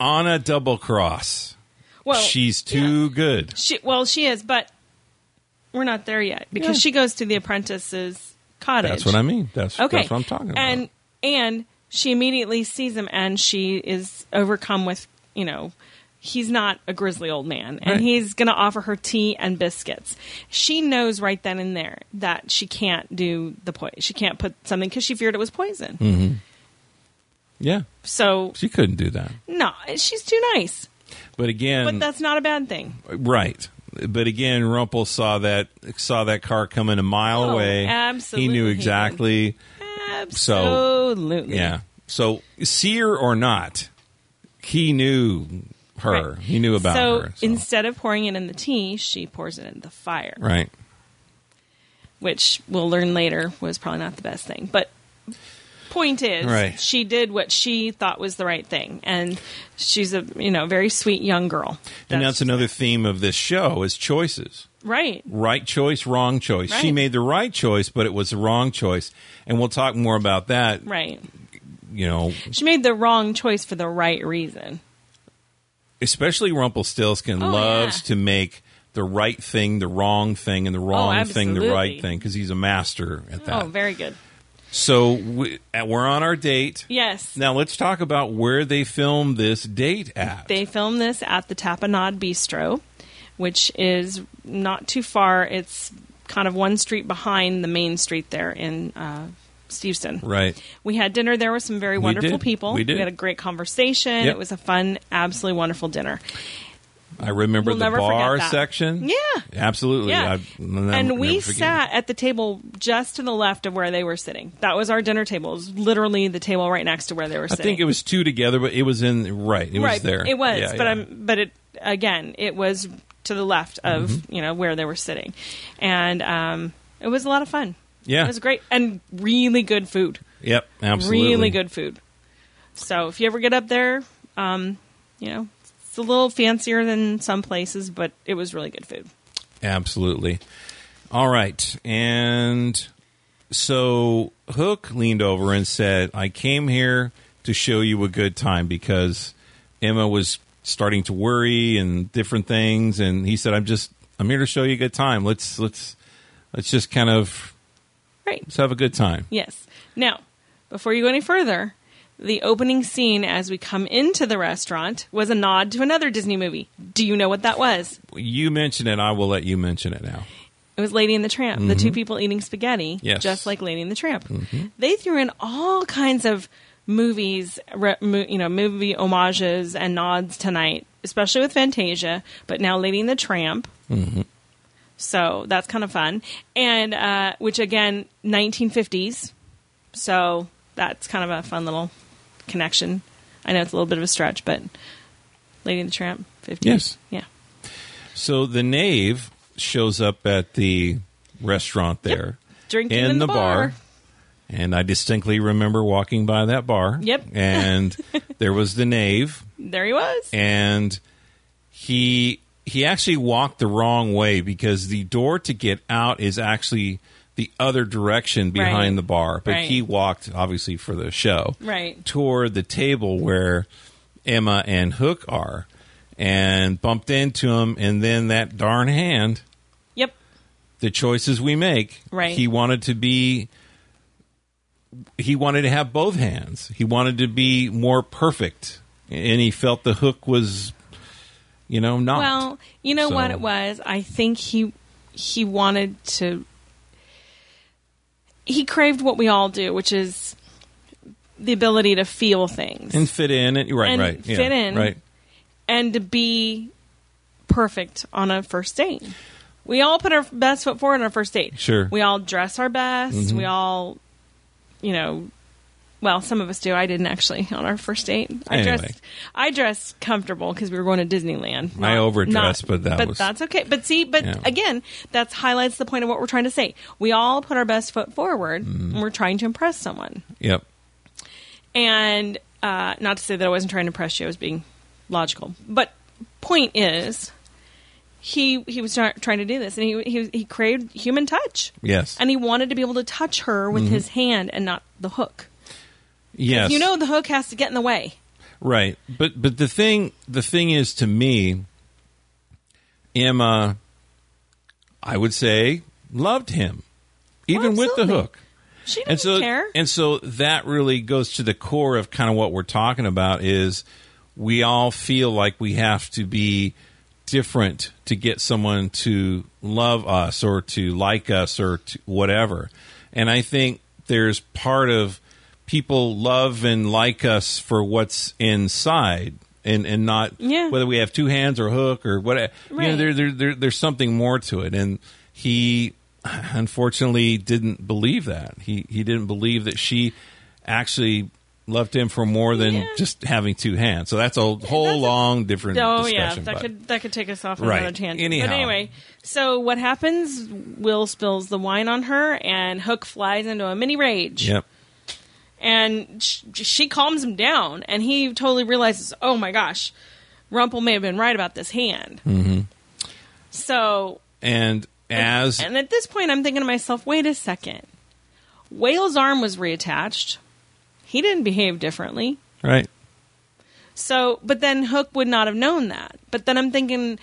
Speaker 4: Anna double cross.
Speaker 5: Well,
Speaker 4: She's too good.
Speaker 5: she well she is, but we're not there yet because she goes to the apprentice's cottage.
Speaker 4: That's what I mean. That's,
Speaker 5: Okay,
Speaker 4: that's what I'm talking about.
Speaker 5: And and she immediately sees him, and she is overcome with you know he's not a grizzly old man, and
Speaker 4: Right.
Speaker 5: he's going to offer her tea and biscuits. She knows right then and there that she can't do the poison. She can't put something because she feared it was poison.
Speaker 4: Hmm. yeah,
Speaker 5: So
Speaker 4: she couldn't do that.
Speaker 5: no, she's too nice.
Speaker 4: But again,
Speaker 5: But that's not a bad thing.
Speaker 4: Right. But again, Rumpel saw that saw that car coming a mile
Speaker 5: Oh,
Speaker 4: away.
Speaker 5: absolutely
Speaker 4: He knew
Speaker 5: he did.
Speaker 4: exactly.
Speaker 5: Absolutely.
Speaker 4: Yeah. So seer or not, he knew her.
Speaker 5: Right.
Speaker 4: He knew about
Speaker 5: so,
Speaker 4: her. so-
Speaker 5: instead of pouring it in the tea, she pours it in the fire.
Speaker 4: right.
Speaker 5: which we'll learn later was probably not the best thing. But point is,
Speaker 4: Right.
Speaker 5: she did what she thought was the right thing, and she's a you know very sweet young girl.
Speaker 4: and that's another theme of this show is choices.
Speaker 5: right.
Speaker 4: right choice, wrong choice. She
Speaker 5: Right.
Speaker 4: made the right choice, but it was the wrong choice. And we'll talk more about that,
Speaker 5: Right.
Speaker 4: you know,
Speaker 5: She made the wrong choice for the right reason.
Speaker 4: especially Rumpelstiltskin
Speaker 5: Oh,
Speaker 4: loves
Speaker 5: yeah. Oh,
Speaker 4: to make the right thing, the wrong thing, and the wrong thing, the
Speaker 5: absolutely.
Speaker 4: right thing, because he's a master at that.
Speaker 5: Oh, very good.
Speaker 4: so we, uh, we're on our date.
Speaker 5: Yes.
Speaker 4: Now let's talk about where they filmed this date at.
Speaker 5: They filmed this at the Tapenade Bistro, which is not too far. It's kind of one street behind the main street there in uh, Steveston.
Speaker 4: right.
Speaker 5: We had dinner there with some very wonderful
Speaker 4: did.
Speaker 5: people.
Speaker 4: We did.
Speaker 5: had a great conversation.
Speaker 4: Yep.
Speaker 5: It was a fun, absolutely wonderful dinner.
Speaker 4: I remember
Speaker 5: We'll
Speaker 4: the
Speaker 5: never forget
Speaker 4: bar
Speaker 5: that.
Speaker 4: section.
Speaker 5: Yeah.
Speaker 4: Absolutely.
Speaker 5: Yeah.
Speaker 4: I've never-
Speaker 5: and
Speaker 4: never
Speaker 5: we
Speaker 4: forget.
Speaker 5: sat at the table just to the left of where they were sitting. That was our dinner table. It was literally the table right next to where they were
Speaker 4: I
Speaker 5: sitting.
Speaker 4: think it was two together, but it was in right. It
Speaker 5: right.
Speaker 4: was there.
Speaker 5: It was,
Speaker 4: Yeah,
Speaker 5: but
Speaker 4: yeah.
Speaker 5: I'm but it again, it was to the left of,
Speaker 4: Mm-hmm.
Speaker 5: you know, where they were sitting. And um it was a lot of fun.
Speaker 4: Yeah.
Speaker 5: It was great and really good food.
Speaker 4: Yep, absolutely.
Speaker 5: Really good food. So if you ever get up there, um, you know, it's a little fancier than some places, but it was really good food.
Speaker 4: Absolutely. All right. And so Hook leaned over and said, I came here to show you a good time because Emma was starting to worry and different things and he said, I'm just I'm here to show you a good time. Let's let's let's just kind of
Speaker 5: Right.
Speaker 4: let's have a good time.
Speaker 5: Yes. Now, before you go any further, the opening scene as we come into the restaurant was a nod to another Disney movie. Do you know what that was?
Speaker 4: You mention it, I will let you mention it now.
Speaker 5: It was Lady and the Tramp, the two people eating spaghetti,
Speaker 4: Mm-hmm. Yes. Mm-hmm.
Speaker 5: just like Lady and the Tramp. They threw in all kinds of movies, re, mo, you know, movie homages and nods tonight, especially with Fantasia, but now Lady and the Tramp.
Speaker 4: Mm-hmm.
Speaker 5: So that's kind of fun, and uh, which again, 1950s. So that's kind of a fun little connection. I know it's a little bit of a stretch, but Lady and the Tramp, 50s.
Speaker 4: Yes.
Speaker 5: Yeah.
Speaker 4: So the knave shows up at the restaurant there.
Speaker 5: Drinking in,
Speaker 4: the, bar.
Speaker 5: bar.
Speaker 4: And I distinctly remember walking by that bar.
Speaker 5: Yep.
Speaker 4: And there was the knave,
Speaker 5: There he was.
Speaker 4: and he he actually walked the wrong way because the door to get out is actually the other direction behind
Speaker 5: Right.
Speaker 4: the bar. But
Speaker 5: Right.
Speaker 4: he walked obviously for the show.
Speaker 5: Right.
Speaker 4: Toward the table where Emma and Hook are and bumped into him and then that darn hand
Speaker 5: Yep.
Speaker 4: the choices we make.
Speaker 5: Right.
Speaker 4: He wanted to be. He wanted to have both hands. He wanted to be more perfect, and he felt the hook was, you know, not.
Speaker 5: Well, you know
Speaker 4: So-
Speaker 5: what it was. I think he he wanted to. He craved what we all do, which is the ability to feel things
Speaker 4: and fit in. And, right,
Speaker 5: and
Speaker 4: right, yeah,
Speaker 5: fit in.
Speaker 4: right.
Speaker 5: and to be perfect on a first date. We all put our best foot forward on our first date.
Speaker 4: Sure. Mm-hmm.
Speaker 5: We all dress our best. We all, you know, well, some of us do. I didn't actually on our first date. I
Speaker 4: Anyway.
Speaker 5: dressed, I dressed comfortable because we were going to Disneyland.
Speaker 4: I overdressed, but
Speaker 5: not-
Speaker 4: that was-
Speaker 5: that's okay. But see, but
Speaker 4: Yeah.
Speaker 5: again, that highlights the point of what we're trying to say. We all put our best foot forward,
Speaker 4: Mm-hmm.
Speaker 5: and we're trying to impress someone.
Speaker 4: Yep.
Speaker 5: And uh, not to say that I wasn't trying to impress you, I was being logical. But point is, he he was try- trying to do this, and he he, was- he craved human touch,
Speaker 4: Yes.
Speaker 5: and he wanted to be able to touch her with
Speaker 4: Mm-hmm.
Speaker 5: his hand and not the hook.
Speaker 4: yes.
Speaker 5: You know, the hook has to get in the way.
Speaker 4: Right. But but the thing the thing is to me, Emma, I would say loved him, even with the
Speaker 5: absolutely.
Speaker 4: hook.
Speaker 5: She didn't
Speaker 4: and so
Speaker 5: care.
Speaker 4: and so that really goes to the core of kind of what we're talking about is we all feel like we have to be different to get someone to love us or to like us or to whatever and i think there's part of people love and like us for what's inside and and not
Speaker 5: Yeah.
Speaker 4: whether we have two hands or hook or whatever you know
Speaker 5: Right.
Speaker 4: there, there, there there's something more to it and he unfortunately didn't believe that he he didn't believe that she actually loved him for more than
Speaker 5: Yeah.
Speaker 4: just having two hands so that's a whole
Speaker 5: that's a-
Speaker 4: long different
Speaker 5: Oh yeah,
Speaker 4: discussion
Speaker 5: that
Speaker 4: but-
Speaker 5: could that could take us off on
Speaker 4: Right.
Speaker 5: another tangent.
Speaker 4: Anyhow.
Speaker 5: But anyway, so what happens? Will spills the wine on her, and Hook flies into a mini rage.
Speaker 4: yep
Speaker 5: and sh- she calms him down, and he totally realizes, oh my gosh, Rumpel may have been right about this hand. Mm-hmm. So,
Speaker 4: And as
Speaker 5: and at this point, I'm thinking to myself, wait a second. Whale's arm was reattached. He didn't behave differently.
Speaker 4: right,
Speaker 5: So, but then Hook would not have known that. But then I'm thinking,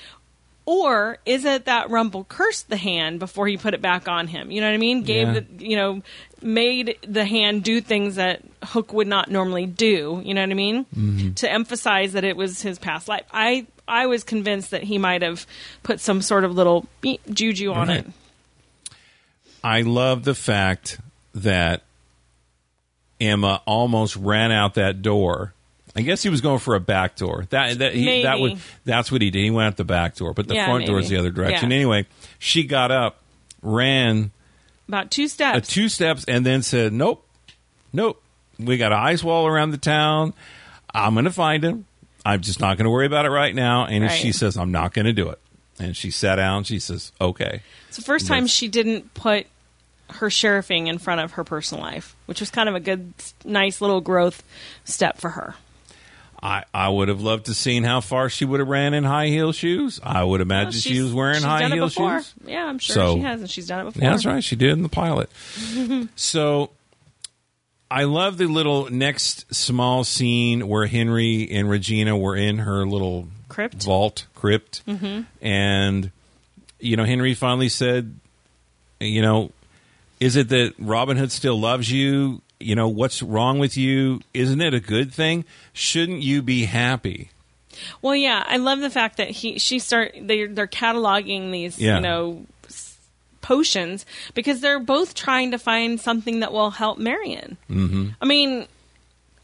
Speaker 5: or is it that Rumble cursed the hand before he put it back on him? You know what I mean? Gave
Speaker 4: Yeah.
Speaker 5: the, you know, made the hand do things that Hook would not normally do. You know what I mean?
Speaker 4: Mm-hmm.
Speaker 5: To emphasize that it was his past life. I I was convinced that he might have put some sort of little beep juju on
Speaker 4: Right.
Speaker 5: it.
Speaker 4: I love the fact that Emma almost ran out that door. I guess he was going for a back door. That that he, that
Speaker 5: Maybe.
Speaker 4: would that's what he did. He went out the back door, but the
Speaker 5: Yeah,
Speaker 4: front door is
Speaker 5: maybe.
Speaker 4: the other direction.
Speaker 5: Yeah.
Speaker 4: Anyway, she got up, ran
Speaker 5: About two
Speaker 4: a
Speaker 5: steps.
Speaker 4: two steps, and then said, "Nope, nope. We got an ice wall around the town. I'm going to find him. I'm just not going to worry about it right now." And
Speaker 5: Right.
Speaker 4: she says, "I'm not going to do it." And she sat down. She says, "Okay."
Speaker 5: It's the first time she didn't put her sheriffing in front of her personal life, which was kind of a good, s- nice little growth step for her.
Speaker 4: I, I would have loved to seen how far she would have ran in high heel shoes. I would imagine
Speaker 5: Well,
Speaker 4: she
Speaker 5: she's-
Speaker 4: was wearing
Speaker 5: she's
Speaker 4: high
Speaker 5: done it
Speaker 4: heel
Speaker 5: before.
Speaker 4: shoes.
Speaker 5: Yeah, I'm sure
Speaker 4: So-
Speaker 5: she has, and she's done it before.
Speaker 4: Yeah, that's right. She did in the pilot. so I love the little next small scene where Henry and Regina were in her little
Speaker 5: Crypt. Mm-hmm.
Speaker 4: vault crypt, and you know Henry finally said, you know, is it that Robin Hood still loves you? You know what's wrong with you? Isn't it a good thing? Shouldn't you be happy?
Speaker 5: Well, yeah, I love the fact that he she start they're they're cataloging these
Speaker 4: Yeah.
Speaker 5: you know s- potions because they're both trying to find something that will help Marion. Mm-hmm. I mean,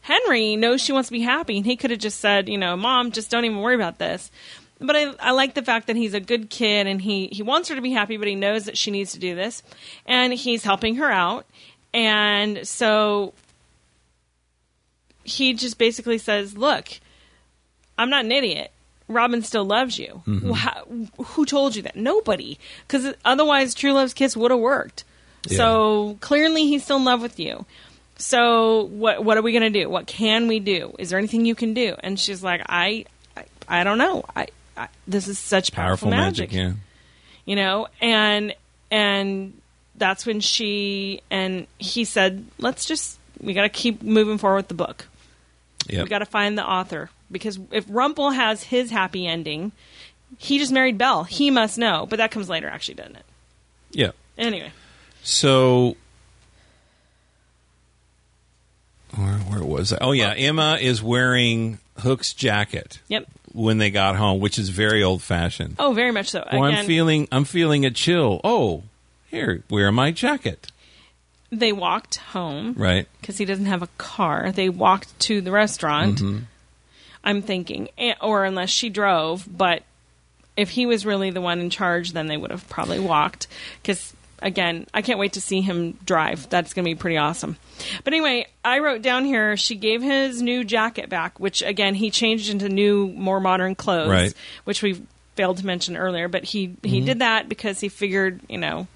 Speaker 5: Henry knows she wants to be happy, and he could have just said, you know, Mom, just don't even worry about this. But I, I like the fact that he's a good kid and he, he wants her to be happy, but he knows that she needs to do this. And he's helping her out. And so he just basically says, Look, I'm not an idiot. Robin still loves you.
Speaker 4: Mm-hmm.
Speaker 5: Well, how- who told you that? Nobody. Because otherwise, True Love's Kiss would have worked. So clearly, he's still in love with you. So what? What are we going to do? What can we do? Is there anything you can do? And she's like, I, I, I don't know. I, I, this is such
Speaker 4: Powerful
Speaker 5: powerful,
Speaker 4: magic, yeah.
Speaker 5: you know and and that's when she and he said let's just we got to keep moving forward with the book
Speaker 4: Yep.
Speaker 5: we got to find the author because if Rumple has his happy ending he just married Belle he must know but that comes later actually doesn't it
Speaker 4: Yeah.
Speaker 5: anyway
Speaker 4: So where where was I? Oh yeah,
Speaker 5: Uh,
Speaker 4: Emma is wearing Hook's jacket
Speaker 5: yep
Speaker 4: when they got home, which is very old fashioned.
Speaker 5: oh very much so
Speaker 4: well,
Speaker 5: Again,
Speaker 4: I'm feeling I'm feeling a chill. Oh, here, wear my jacket.
Speaker 5: they walked home
Speaker 4: Right.
Speaker 5: because he doesn't have a car. They walked to the restaurant.
Speaker 4: Mm-hmm.
Speaker 5: I'm thinking, eh, or unless she drove, but if he was really the one in charge, then they would have probably walked. Because again, I can't wait to see him drive. That's going to be pretty awesome. But anyway, I wrote down here she gave his new jacket back, which again he changed into new, more modern clothes,
Speaker 4: Right. Mm-hmm.
Speaker 5: which we failed to mention earlier. But he he did that because he figured, you know,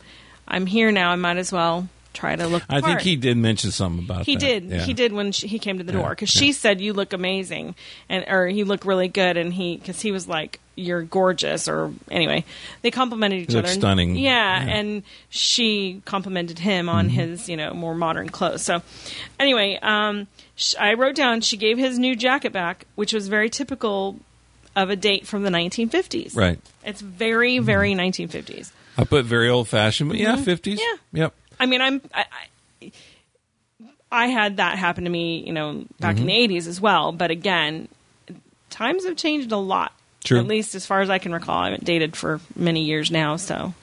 Speaker 5: I'm here now. I might as well try to look. the
Speaker 4: I think
Speaker 5: part.
Speaker 4: he did mention something about
Speaker 5: He
Speaker 4: that.
Speaker 5: did.
Speaker 4: Yeah.
Speaker 5: He did when she, he came to the
Speaker 4: Yeah,
Speaker 5: door because
Speaker 4: yeah.
Speaker 5: she said, "You look amazing," and or you look really good. And he because he was like, "You're gorgeous," or anyway, they complimented each
Speaker 4: You look
Speaker 5: other. and-
Speaker 4: stunning.
Speaker 5: Yeah,
Speaker 4: Yeah. Mm-hmm.
Speaker 5: and she complimented him on his you know more modern clothes. So anyway, um, sh- I wrote down she gave his new jacket back, which was very typical of a date from the 1950s.
Speaker 4: Right. Mm-hmm.
Speaker 5: It's very very 1950s.
Speaker 4: I put very old fashioned, but yeah, 50s.
Speaker 5: Mm-hmm. Yeah.
Speaker 4: Yep.
Speaker 5: I mean, I'm I, I- I had that happen to me, you know, back in the
Speaker 4: Mm-hmm.
Speaker 5: '80s as well. But again, times have changed a lot.
Speaker 4: True.
Speaker 5: At least as far as I can recall, I haven't dated for many years now. So,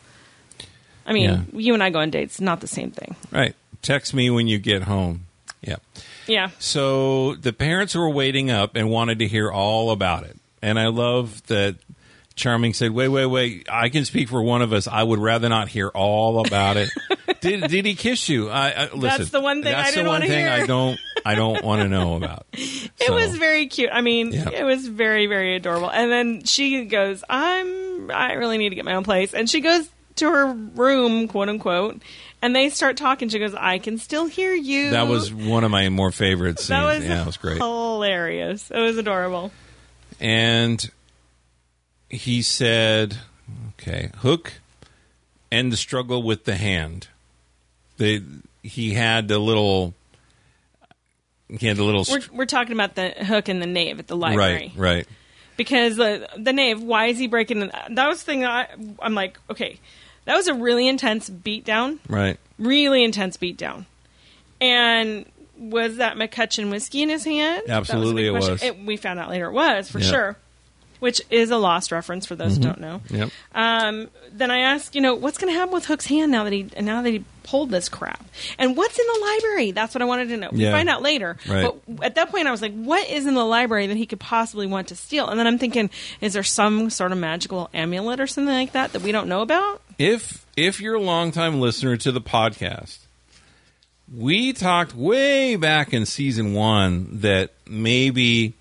Speaker 5: I mean,
Speaker 4: Yeah.
Speaker 5: you and I go on dates, not the same thing.
Speaker 4: Right. Text me when you get home. Yep.
Speaker 5: Yeah.
Speaker 4: So the parents were waiting up and wanted to hear all about it. And I love that Charming said, "Wait, wait, wait! I can speak for one of us. I would rather not hear all about it." did Did he kiss you? I, I listen.
Speaker 5: the one thing
Speaker 4: that's
Speaker 5: I didn't
Speaker 4: the one
Speaker 5: wanna
Speaker 4: thing
Speaker 5: hear.
Speaker 4: I don't. I don't want to know about. It
Speaker 5: It was very cute. I mean,
Speaker 4: Yeah.
Speaker 5: it was very, very adorable. And then she goes, "I'm. I really need to get my own place." And she goes to her room, quote unquote, and they start talking. She goes, "I can still hear you."
Speaker 4: That was one of my more favorite scenes.
Speaker 5: that was,
Speaker 4: yeah, it was great.
Speaker 5: hilarious. It was adorable.
Speaker 4: and he said, "Okay, Hook, and the struggle with the hand." They he had the little he had the little
Speaker 5: We're
Speaker 4: str-
Speaker 5: we're talking about the hook and the knave at the library,
Speaker 4: right, right.
Speaker 5: Because the the knave, why is he breaking? The, that was the thing. That I, I'm like, okay, that was a really intense beatdown.
Speaker 4: Right.
Speaker 5: really intense beatdown. And was that McCutcheon whiskey in his hand? That was a
Speaker 4: Absolutely
Speaker 5: big
Speaker 4: it
Speaker 5: question.
Speaker 4: was.
Speaker 5: we found out later it was, for
Speaker 4: Yeah. Mm-hmm.
Speaker 5: sure. Which is a lost reference for those who don't know.
Speaker 4: Yep.
Speaker 5: Um, then I asked, you know, what's going to happen with Hook's hand now that he now that he pulled this crap, and what's in the library? That's what I wanted to know. We
Speaker 4: Yeah.
Speaker 5: find out later,
Speaker 4: Right.
Speaker 5: but at that point, I was like, what is in the library that he could possibly want to steal? And then I'm thinking, is there some sort of magical amulet or something like that that we don't know about?
Speaker 4: if if you're a longtime listener to the podcast, we talked way back in season one that maybe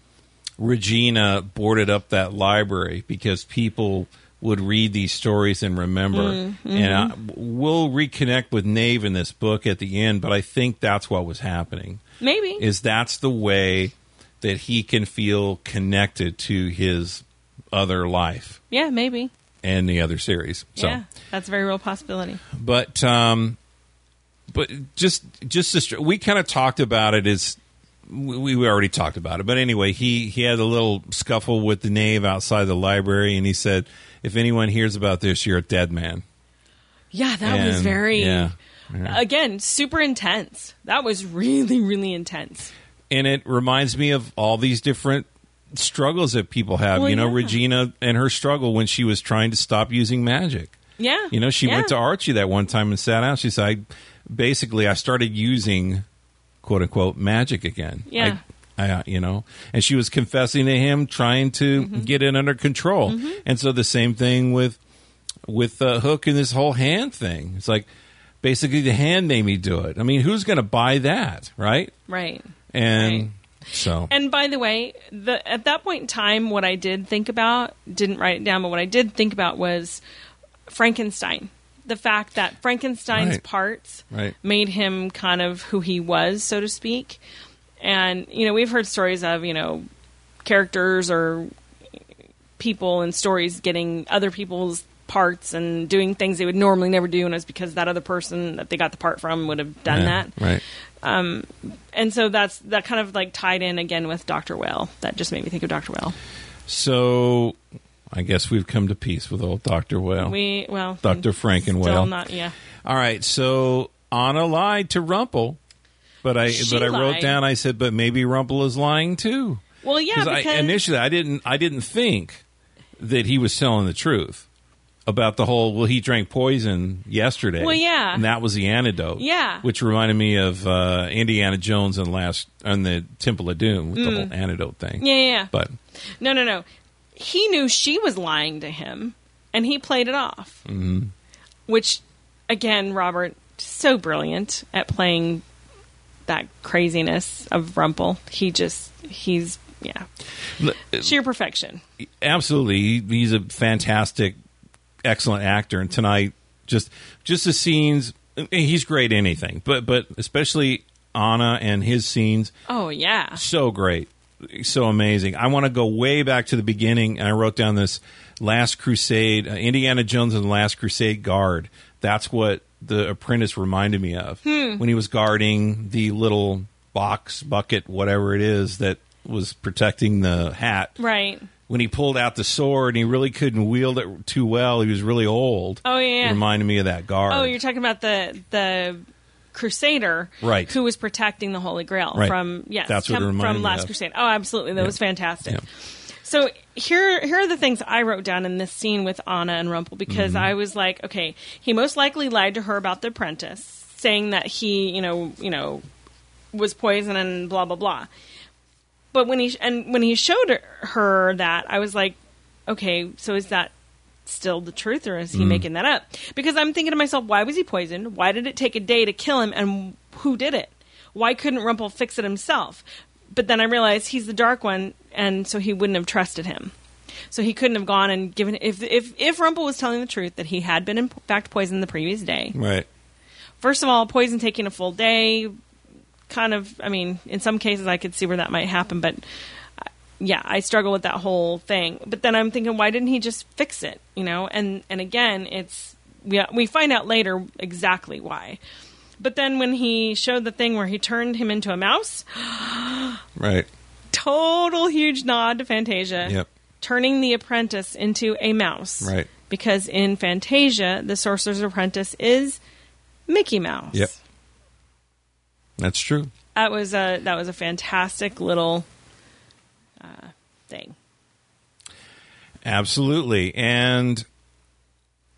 Speaker 4: Regina boarded up that library because people would read these stories and remember. And I, we'll reconnect with Nave in this book at the end, but I think that's what was happening.
Speaker 5: Maybe
Speaker 4: Is that's the way that he can feel connected to his other life
Speaker 5: yeah, maybe.
Speaker 4: and the other series. So
Speaker 5: Yeah, that's a very real possibility.
Speaker 4: but um, but just just this, we kind of talked about it as we, we already talked about it. But anyway, he he had a little scuffle with the knave outside the library, and he said, "If anyone hears about this, you're a dead man."
Speaker 5: Yeah, that was
Speaker 4: And-
Speaker 5: very uh,
Speaker 4: yeah.
Speaker 5: again super intense. That was really really intense.
Speaker 4: and it reminds me of all these different struggles that people have.
Speaker 5: Well,
Speaker 4: you know,
Speaker 5: yeah.
Speaker 4: Regina and her struggle when she was trying to stop using magic.
Speaker 5: Yeah,
Speaker 4: You know, she
Speaker 5: yeah.
Speaker 4: went to Archie that one time and sat down. She said, I, basically, I started using quote unquote magic again.
Speaker 5: Yeah.
Speaker 4: I, I, you know, and she was confessing to him, trying to
Speaker 5: Mm-hmm.
Speaker 4: get it under control. And so the same thing with with uh, Hook and this whole hand thing. It's like basically the hand made me do it. I mean, who's going to buy that, right?
Speaker 5: right.
Speaker 4: And
Speaker 5: Right.
Speaker 4: so
Speaker 5: And by the way, the at that point in time, what I did think about didn't write it down, but what I did think about was Frankenstein. The fact that Frankenstein's
Speaker 4: Right.
Speaker 5: parts
Speaker 4: Right.
Speaker 5: made him kind of who he was, so to speak. And you know, we've heard stories of you know characters or people and stories getting other people's parts and doing things they would normally never do, and it's because that other person that they got the part from would have done
Speaker 4: yeah,
Speaker 5: that
Speaker 4: right.
Speaker 5: and so that's that kind of like tied in again with Dr. Whale. That just made me think of Dr. Whale.
Speaker 4: So I guess we've come to peace with old Doctor Whale,
Speaker 5: We well,
Speaker 4: Oh. Doctor Frankenwhale.
Speaker 5: Still not, yeah.
Speaker 4: All right, so Anna lied to Rumple, but I
Speaker 5: She
Speaker 4: but I wrote
Speaker 5: lied.
Speaker 4: down I said, but maybe Rumple is lying too.
Speaker 5: Well, yeah, because
Speaker 4: I, initially I didn't I didn't think that he was telling the truth about the whole. Well, he drank poison yesterday.
Speaker 5: Well, yeah.
Speaker 4: and that was the antidote.
Speaker 5: Yeah.
Speaker 4: which reminded me of uh, Indiana Jones and last on the Temple of Doom with the whole antidote thing.
Speaker 5: Mm. yeah, yeah, yeah.
Speaker 4: But
Speaker 5: no, no, no. He knew she was lying to him, and he played it off. Mm-hmm. Which, again, Robert so brilliant at playing that craziness of Rumple. He just he's yeah sheer perfection.
Speaker 4: absolutely he, he's a fantastic excellent actor and tonight just just the scenes he's great in anything but but especially anna and his scenes
Speaker 5: Oh yeah,
Speaker 4: so great so amazing i want to go way back to the beginning and i wrote down this last crusade uh, indiana jones and the last crusade guard that's what the apprentice reminded me of when he was guarding the little box bucket whatever it is that was protecting the hat
Speaker 5: right.
Speaker 4: when he pulled out the sword and he really couldn't wield it too well. He was really old.
Speaker 5: Oh, yeah.
Speaker 4: It reminded me of that guard.
Speaker 5: Oh, you're talking about the the crusader,
Speaker 4: Right.
Speaker 5: Who was protecting the Holy Grail
Speaker 4: Right.
Speaker 5: from yes,
Speaker 4: That's what it
Speaker 5: from-
Speaker 4: reminded
Speaker 5: from
Speaker 4: me
Speaker 5: Last
Speaker 4: of.
Speaker 5: Crusade. Oh, absolutely, that was fantastic.
Speaker 4: Yeah.
Speaker 5: So here here are the things I wrote down in this scene with Anna and Rumpel because
Speaker 4: Mm-hmm.
Speaker 5: I was like, okay, he most likely lied to her about the apprentice, saying that he, you know, you know, was poison and blah blah blah. But when he and when he showed her- her that, I was like, okay, so is that still the truth or is he making that up? Because I'm thinking to myself, why was he poisoned? Why did it take a day to kill him and who did it? Why couldn't Rumpel fix it himself? But then I realized he's the dark one and so he wouldn't have trusted him. So he couldn't have gone and given if if if Rumpel was telling the truth that he had been in fact poisoned the previous day,
Speaker 4: right.
Speaker 5: First of all, poison taking a full day, kind of. I mean, in some cases, I could see where that might happen, but uh, yeah, I struggle with that whole thing. But then I'm thinking, why didn't he just fix it? You know, and and again, it's we we find out later exactly why. But then when he showed the thing where he turned him into a mouse,
Speaker 4: Right.
Speaker 5: total huge nod to Fantasia.
Speaker 4: Yep.
Speaker 5: Turning the apprentice into a mouse.
Speaker 4: Right.
Speaker 5: Because in Fantasia, the sorcerer's apprentice is Mickey Mouse.
Speaker 4: Yep. That's true.
Speaker 5: That was a that was a fantastic little uh, thing.
Speaker 4: Absolutely. And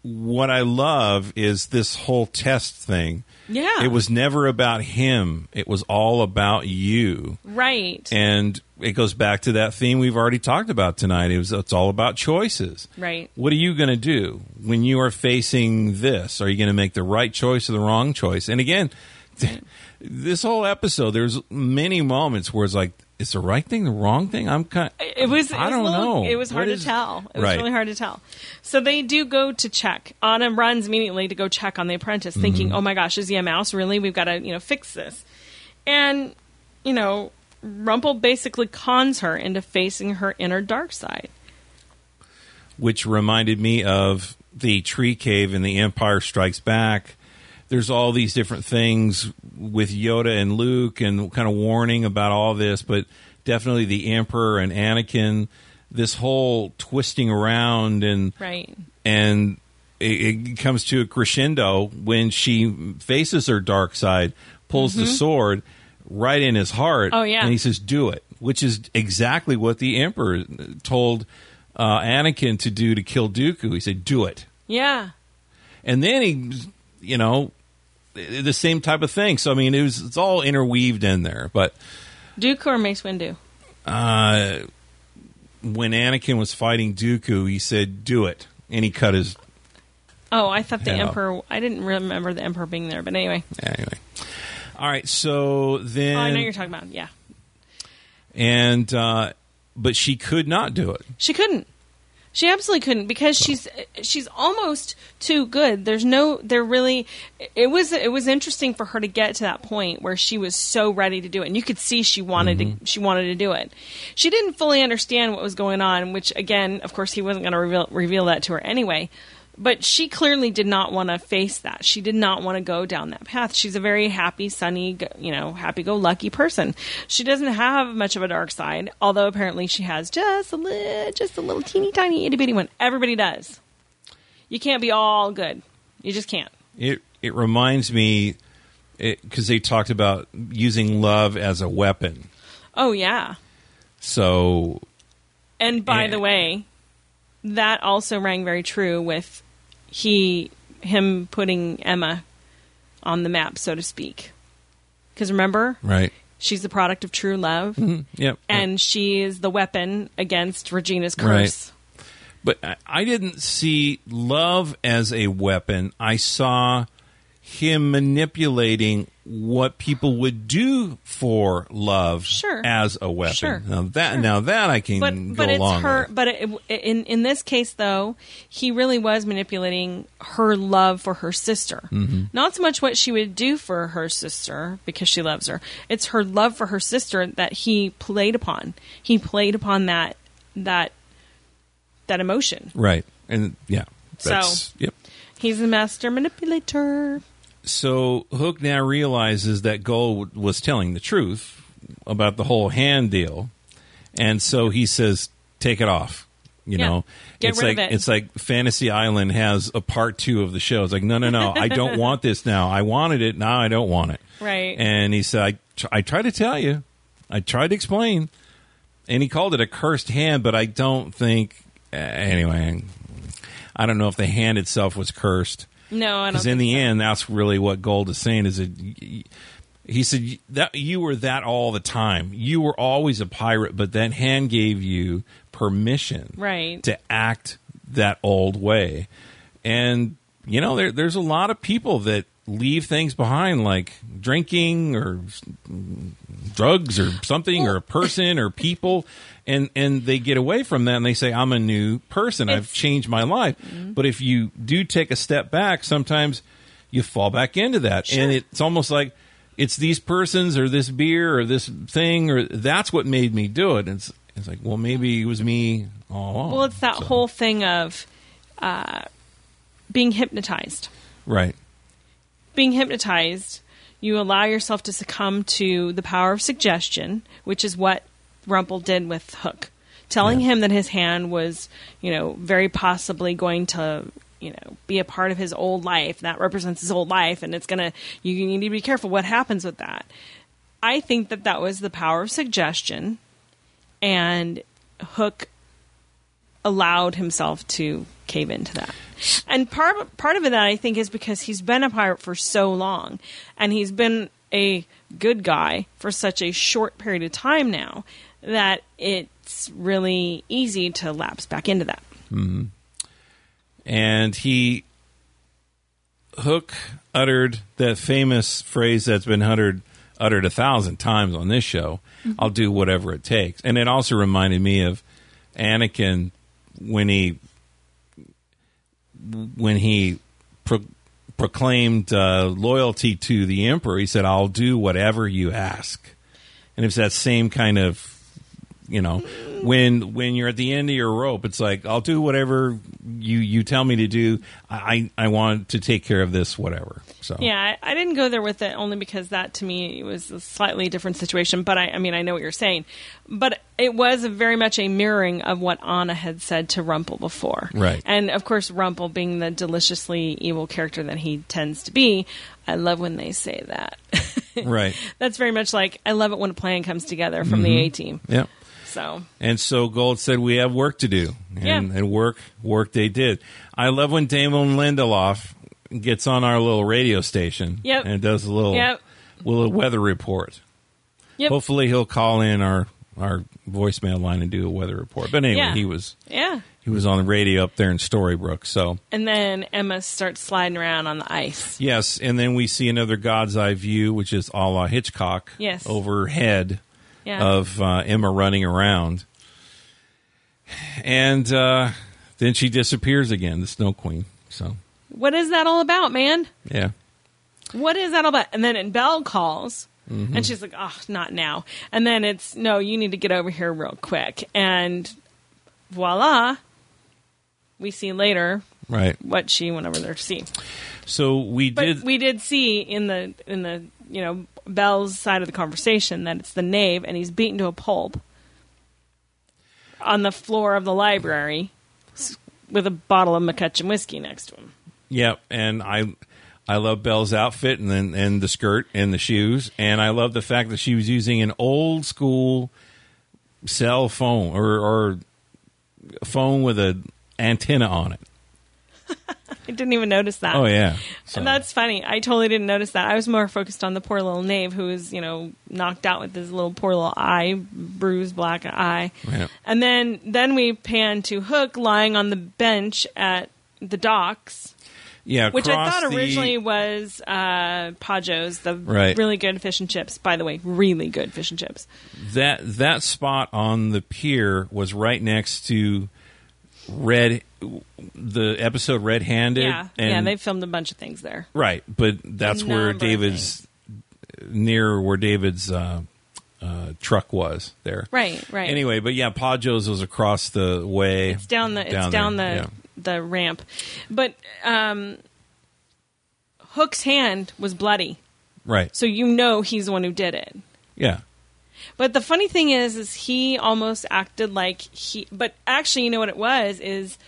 Speaker 4: what I love is this whole test thing.
Speaker 5: Yeah.
Speaker 4: It was never about him. It was all about you.
Speaker 5: right.
Speaker 4: And it goes back to that theme we've already talked about tonight. It was it's all about choices.
Speaker 5: Right.
Speaker 4: What are you going to do when you are facing this? Are you going to make the right choice or the wrong choice? And again, th- this whole episode, there's many moments where it's like, it's the right thing, the wrong thing. I'm kind.
Speaker 5: it was.
Speaker 4: I
Speaker 5: it was
Speaker 4: don't
Speaker 5: a little-
Speaker 4: know.
Speaker 5: It was
Speaker 4: What
Speaker 5: hard
Speaker 4: is-
Speaker 5: to tell. It was
Speaker 4: Right.
Speaker 5: really hard to tell. So they do go to check. Anna runs immediately to go check on the apprentice,
Speaker 4: Mm-hmm.
Speaker 5: thinking, "Oh my gosh, is he a mouse? Really? We've got to you know fix this." And you know, Rumple basically cons her into facing her inner dark side.
Speaker 4: which reminded me of the tree cave in The Empire Strikes Back. There's all these different things with Yoda and Luke and kind of warning about all this, but definitely the Emperor and Anakin, this whole twisting around and
Speaker 5: Right.
Speaker 4: and it, it comes to a crescendo when she faces her dark side, pulls the sword right in his heart.
Speaker 5: Mm-hmm. Oh, yeah.
Speaker 4: and he says, "Do it," which is exactly what the emperor told uh, Anakin to do to kill Dooku. He said, "Do it,"
Speaker 5: Yeah.
Speaker 4: and then he, you know, the same type of thing. So I mean, it was it's all interweaved in there, but.
Speaker 5: Duke or Mace Windu.
Speaker 4: Uh, when Anakin was fighting Dooku, he said, "Do it," and he cut his
Speaker 5: Oh, I thought the
Speaker 4: Yeah.
Speaker 5: emperor. I didn't remember the emperor being there, but anyway.
Speaker 4: anyway. All right, so then
Speaker 5: oh, I know what you're talking about. Yeah.
Speaker 4: and uh, but she could not do it.
Speaker 5: She couldn't. She absolutely couldn't because she's she's almost too good. There's no there really it was it was interesting for her to get to that point where she was so ready to do it and you could see she wanted to she wanted to do it. She didn't fully understand what was going on, which again, of course he wasn't going to reveal reveal that to her anyway. But she clearly did not want to face that. She did not want to go down that path. She's a very happy, sunny, go- you know, happy go lucky person. She doesn't have much of a dark side, although apparently she has just a little, just a little teeny tiny itty bitty one. Everybody does. You can't be all good. You just can't.
Speaker 4: It it reminds me because they talked about using love as a weapon.
Speaker 5: Oh yeah.
Speaker 4: So
Speaker 5: And by
Speaker 4: Yeah.
Speaker 5: the way, that also rang very true with he him putting Emma on the map, so to speak. Because remember,
Speaker 4: right,
Speaker 5: she's the product of true love,
Speaker 4: Mm-hmm. yep.
Speaker 5: Hmm. and she is the weapon against Regina's curse.
Speaker 4: but I, I didn't see love as a weapon. I saw him manipulating what people would do for love
Speaker 5: Sure.
Speaker 4: as a weapon.
Speaker 5: Sure.
Speaker 4: Now that now that I can
Speaker 5: But
Speaker 4: go
Speaker 5: but it's
Speaker 4: along
Speaker 5: her.
Speaker 4: with.
Speaker 5: But it, in in this case, though, he really was manipulating her love for her sister.
Speaker 4: Mm-hmm.
Speaker 5: Not so much what she would do for her sister because she loves her. It's her love for her sister that he played upon. He played upon that that that emotion.
Speaker 4: Right. And yeah.
Speaker 5: So-
Speaker 4: That's, yep.
Speaker 5: He's the master manipulator.
Speaker 4: So Hook now realizes that Gold w- was telling the truth about the whole hand deal, and so he says, "Take it off." You
Speaker 5: Yeah.
Speaker 4: know,
Speaker 5: Get
Speaker 4: it's
Speaker 5: rid
Speaker 4: like
Speaker 5: of it.
Speaker 4: it's like Fantasy Island has a part two of the show. It's like, no, no, no, I don't want this now. I wanted it now. I don't want it.
Speaker 5: Right.
Speaker 4: And he said, I, tr- I tried to tell you, I tried to explain, and he called it a cursed hand, but I don't think uh, anyway. I don't know if the hand itself was cursed.
Speaker 5: No, I don't.
Speaker 4: Because
Speaker 5: Think
Speaker 4: in the end, that's really what Gold is saying. Is that he said that you were that all the time. You were always a pirate, but that hand gave you permission,
Speaker 5: Right.
Speaker 4: to act that old way. And you know, there, there's a lot of people that leave things behind, like drinking or mm, drugs or something, or a person or people, and and they get away from that and they say, "I'm a new person. I've
Speaker 5: It's- Mm-hmm.
Speaker 4: changed my life." But if you do take a step back, sometimes you fall back into that. And it's almost like it's these persons or this beer or this thing or that's what made me do it. And it's, it's like, well, maybe it was me all along.
Speaker 5: Well, it's that
Speaker 4: So-
Speaker 5: whole thing of uh, being hypnotized.
Speaker 4: Right.
Speaker 5: Being hypnotized, you allow yourself to succumb to the power of suggestion, which is what Rumple did with Hook, telling him that his hand was, you know, very possibly going to, you know, be a part of his old life. That represents his old life, and it's gonna. You need to be careful what happens with that. I think that that was the power of suggestion, and Hook allowed himself to cave into that. And part part of that I think is because he's been a pirate for so long and he's been a good guy for such a short period of time now that it's really easy to lapse back into that.
Speaker 4: and he Hook uttered that famous phrase that's been uttered uttered a thousand times on this show. I'll do whatever it takes, and it also reminded me of Anakin when he when he pro- proclaimed uh, loyalty to the Emperor. He said, "I'll do whatever you ask," and it's that same kind of you know when when you're at the end of your rope it's like i'll do whatever you you tell me to do i i want to take care of this whatever so
Speaker 5: Yeah, I, I didn't go there with it only because that to me was a slightly different situation. But I, I mean, I know what you're saying. But it was a very much a mirroring of what Anna had said to Rumple before.
Speaker 4: Right.
Speaker 5: And of course, Rumple being the deliciously evil character that he tends to be, I love when they say that.
Speaker 4: right Mm-hmm.
Speaker 5: That's very much like, I love it when a plan comes together from the A team.
Speaker 4: yeah
Speaker 5: So,
Speaker 4: and so gold said we have work to do and,
Speaker 5: Yeah.
Speaker 4: and work work they did i love when damon lindelof gets on our little radio station
Speaker 5: Yep.
Speaker 4: and does a little
Speaker 5: Yep.
Speaker 4: little weather report
Speaker 5: Yep.
Speaker 4: hopefully he'll call in our our voicemail line and do a weather report but anyway
Speaker 5: Yeah.
Speaker 4: he was
Speaker 5: yeah.
Speaker 4: he was on the radio up there in Storybrooke. So
Speaker 5: And then Emma starts sliding around on the ice.
Speaker 4: yes, and then we see another God's eye view, which is a la Hitchcock.
Speaker 5: Yes.
Speaker 4: overhead
Speaker 5: Yeah.
Speaker 4: of uh, Emma running around, and uh, then she disappears again. The Snow Queen. So
Speaker 5: what is that all about, man?
Speaker 4: yeah,
Speaker 5: what is that all about? And then and Belle calls,
Speaker 4: Mm-hmm.
Speaker 5: and she's like, oh, not now. And then it's, no, you need to get over here real quick. And voila, we see later
Speaker 4: right.
Speaker 5: what she went over there to see.
Speaker 4: So we
Speaker 5: But
Speaker 4: did.
Speaker 5: we did see in the in the you know Belle's side of the conversation that it's the knave, and he's beaten to a pulp on the floor of the library s- with a bottle of McCutcheon whiskey next to him.
Speaker 4: Yep, and I I love Belle's outfit and then and the skirt and the shoes, and I love the fact that she was using an old school cell phone or or phone with a antenna on it.
Speaker 5: I didn't even notice that.
Speaker 4: Oh yeah, So-
Speaker 5: And That's funny. I totally didn't notice that. I was more focused on the poor little knave who is, you know, knocked out with his little poor little eye, bruised black eye.
Speaker 4: Yeah.
Speaker 5: And then then we pan to Hook lying on the bench at the docks,
Speaker 4: yeah.
Speaker 5: which I
Speaker 4: across
Speaker 5: thought
Speaker 4: the-
Speaker 5: originally was uh, Pajo's, the
Speaker 4: Right.
Speaker 5: really good fish and chips. By the way, really good fish and chips.
Speaker 4: that that spot on the pier was right next to red the episode red handed
Speaker 5: yeah, yeah, they filmed a bunch of things there.
Speaker 4: Right, but that's
Speaker 5: number
Speaker 4: where
Speaker 5: of
Speaker 4: David's near where David's uh, uh, truck was there.
Speaker 5: Right, right.
Speaker 4: Anyway, but yeah, Pajo's was across the way.
Speaker 5: It's down the it's down, the
Speaker 4: there,
Speaker 5: the ramp, but um, Hook's hand was bloody.
Speaker 4: yeah. right.
Speaker 5: so you know he's the one who did it.
Speaker 4: Yeah,
Speaker 5: But the funny thing is, is he almost acted like he. But actually, you know what it was is.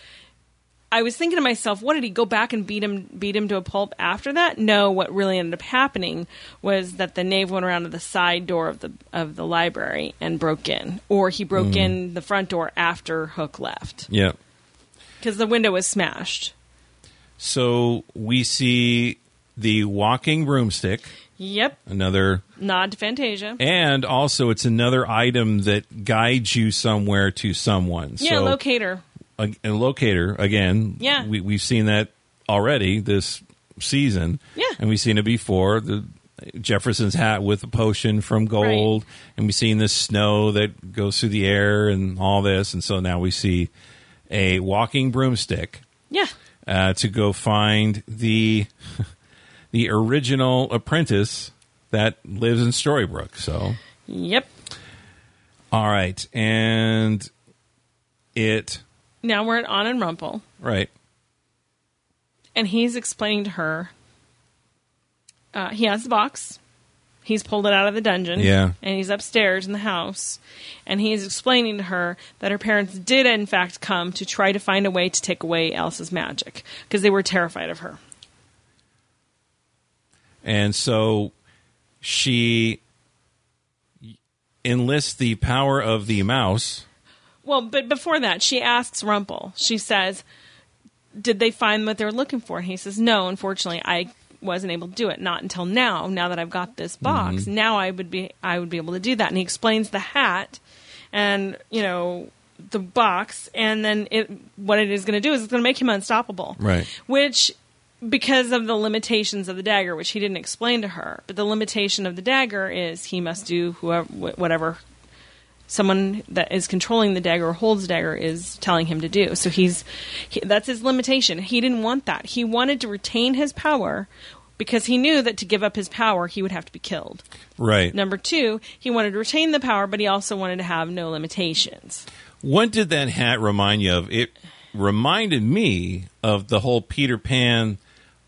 Speaker 5: I was thinking to myself, what did he go back and beat him beat him to a pulp after that? No, what really ended up happening was that the knave went around to the side door of the of the library and broke in, or he broke in the front door after Hook left
Speaker 4: yeah.
Speaker 5: because the window was smashed.
Speaker 4: So we see the walking broomstick,
Speaker 5: Yep,
Speaker 4: another,
Speaker 5: nod to Fantasia.
Speaker 4: and also it's another item that guides you somewhere to someone.
Speaker 5: yeah,
Speaker 4: so,
Speaker 5: locator.
Speaker 4: a, a locator again.
Speaker 5: Yeah.
Speaker 4: we, we've seen that already this season.
Speaker 5: Yeah.
Speaker 4: and we've seen it before. The Jefferson's hat with a potion from gold, and we've seen this snow that goes through the air and all this, and so now we see a walking broomstick
Speaker 5: Yeah,
Speaker 4: uh, to go find the the original apprentice that lives in Storybrooke. So,
Speaker 5: Yep.
Speaker 4: all right, and it
Speaker 5: Now we're at On and Rumple,
Speaker 4: right.
Speaker 5: and he's explaining to her. Uh, he has the box. He's pulled it out of the dungeon.
Speaker 4: Yeah.
Speaker 5: And he's upstairs in the house. And he's explaining to her that her parents did, in fact, come to try to find a way to take away Elsa's magic because they were terrified of her.
Speaker 4: And so she enlists the power of the mouse.
Speaker 5: Well, but before that, she asks Rumple. She says, "Did they find what they were looking for?" And he says, "No, unfortunately, I wasn't able to do it. Not until now. Now that I've got this box, now I would be I would be able to do that." And he explains the hat, and you know the box, and then it what it is going to do is it's going to make him unstoppable,
Speaker 4: Right.
Speaker 5: Which because of the limitations of the dagger, which he didn't explain to her, but the limitation of the dagger is he must do whoever wh- whatever someone that is controlling the dagger or holds the dagger is telling him to do. So he's he, that's his limitation. He didn't want that. He wanted to retain his power because he knew that to give up his power he would have to be killed.
Speaker 4: Right.
Speaker 5: Number 2, he wanted to retain the power but he also wanted to have no limitations.
Speaker 4: What did that hat remind you of? It reminded me of the whole Peter Pan,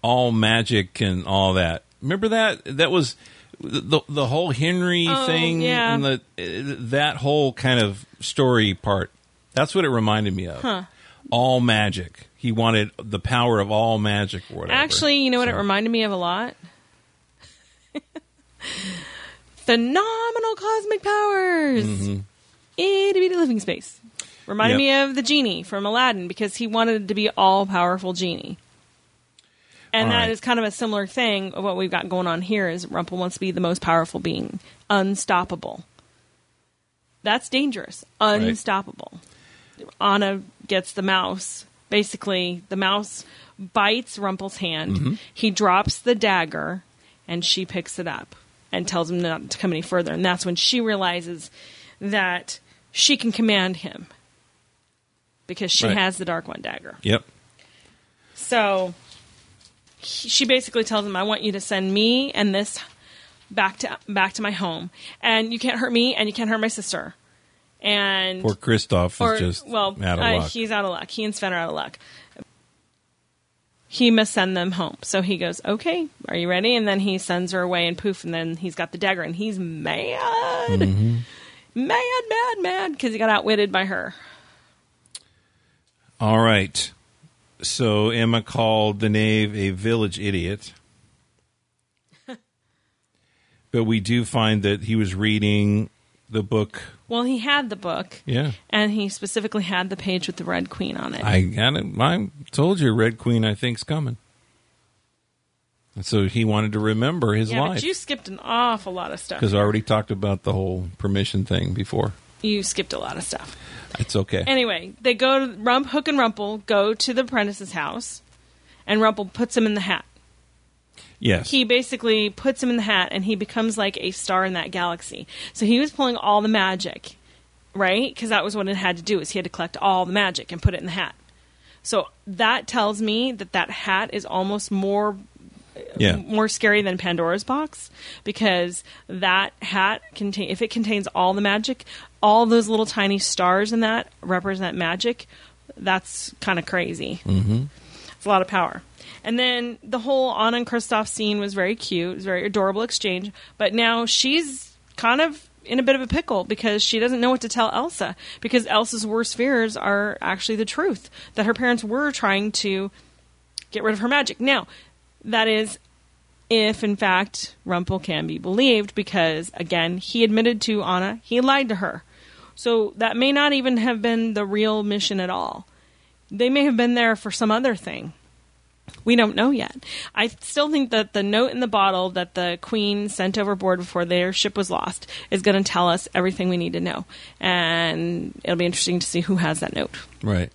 Speaker 4: all magic and all that. Remember that? That was the the whole Henry
Speaker 5: Oh,
Speaker 4: thing
Speaker 5: yeah.
Speaker 4: and the uh, that whole kind of story part. That's what it reminded me of. All magic. He wanted the power of all magic or whatever.
Speaker 5: Actually, you know what it
Speaker 4: So-
Speaker 5: reminded me of a lot? Phenomenal cosmic powers.
Speaker 4: Mm-hmm.
Speaker 5: Itty bitty living space. Reminded me of the genie from Aladdin because he wanted to be all powerful genie. And
Speaker 4: All
Speaker 5: that is
Speaker 4: right.
Speaker 5: kind of a similar thing. of What we've got going on here is Rumpel wants to be the most powerful being, unstoppable. That's dangerous. Unstoppable. Anna gets the mouse. Basically, the mouse bites Rumpel's hand.
Speaker 4: Mm-hmm.
Speaker 5: He drops the dagger, and she picks it up and tells him not to come any further. And that's when she realizes that she can command him because she
Speaker 4: Right.
Speaker 5: has the Dark One dagger.
Speaker 4: Yep.
Speaker 5: So he- she basically tells him, "I want you to send me and this back to back to my home, and you can't hurt me, and you can't hurt my sister." And
Speaker 4: Poor Kristoff
Speaker 5: or
Speaker 4: is just
Speaker 5: well,
Speaker 4: out of
Speaker 5: uh,
Speaker 4: luck.
Speaker 5: he's out of luck. He and Sven are out of luck. He must send them home. So he goes, "Okay, are you ready?" And then he sends her away, and poof, and then he's got the dagger, and he's mad,
Speaker 4: Mm-hmm.
Speaker 5: mad, mad, mad, because he got outwitted by her.
Speaker 4: All right. So Emma called the knave a village idiot. but we do find that he was reading the book.
Speaker 5: Well, he had the book,
Speaker 4: Yeah.
Speaker 5: and he specifically had the page with the Red Queen on it.
Speaker 4: I got it. I told you Red Queen I think's coming. And so he wanted to remember his
Speaker 5: yeah,
Speaker 4: life.
Speaker 5: but you skipped an awful lot of stuff.
Speaker 4: Because I already talked about the whole permission thing before.
Speaker 5: You skipped a lot of stuff.
Speaker 4: It's okay.
Speaker 5: Anyway, they go to Rump, Hook, and Rumple go to the apprentice's house, and Rumple puts him in the hat.
Speaker 4: yes.
Speaker 5: He basically puts him in the hat, and he becomes like a star in that galaxy. So he was pulling all the magic, right? Because that was what it had to do. Is he had to collect all the magic and put it in the hat. So that tells me that that hat is almost more
Speaker 4: yeah.
Speaker 5: more scary than Pandora's box because that hat contain if it contains all the magic, all those little tiny stars in that represent magic. That's kind of crazy. Mm-hmm. It's a lot of power. And then the whole Anna and Kristoff scene was very cute. It was a very adorable exchange. But now she's kind of in a bit of a pickle because she doesn't know what to tell Elsa because Elsa's worst fears are actually the truth that her parents were trying to get rid of her magic. Now, that is if in fact Rumpel can be believed because again, he admitted to Anna, he lied to her. So that may not even have been the real mission at all. They may have been there for some other thing. We don't know yet. I still think that the note in the bottle that the queen sent overboard before their ship was lost is going to tell us everything we need to know. And it'll be interesting to see who has that note.
Speaker 4: Right.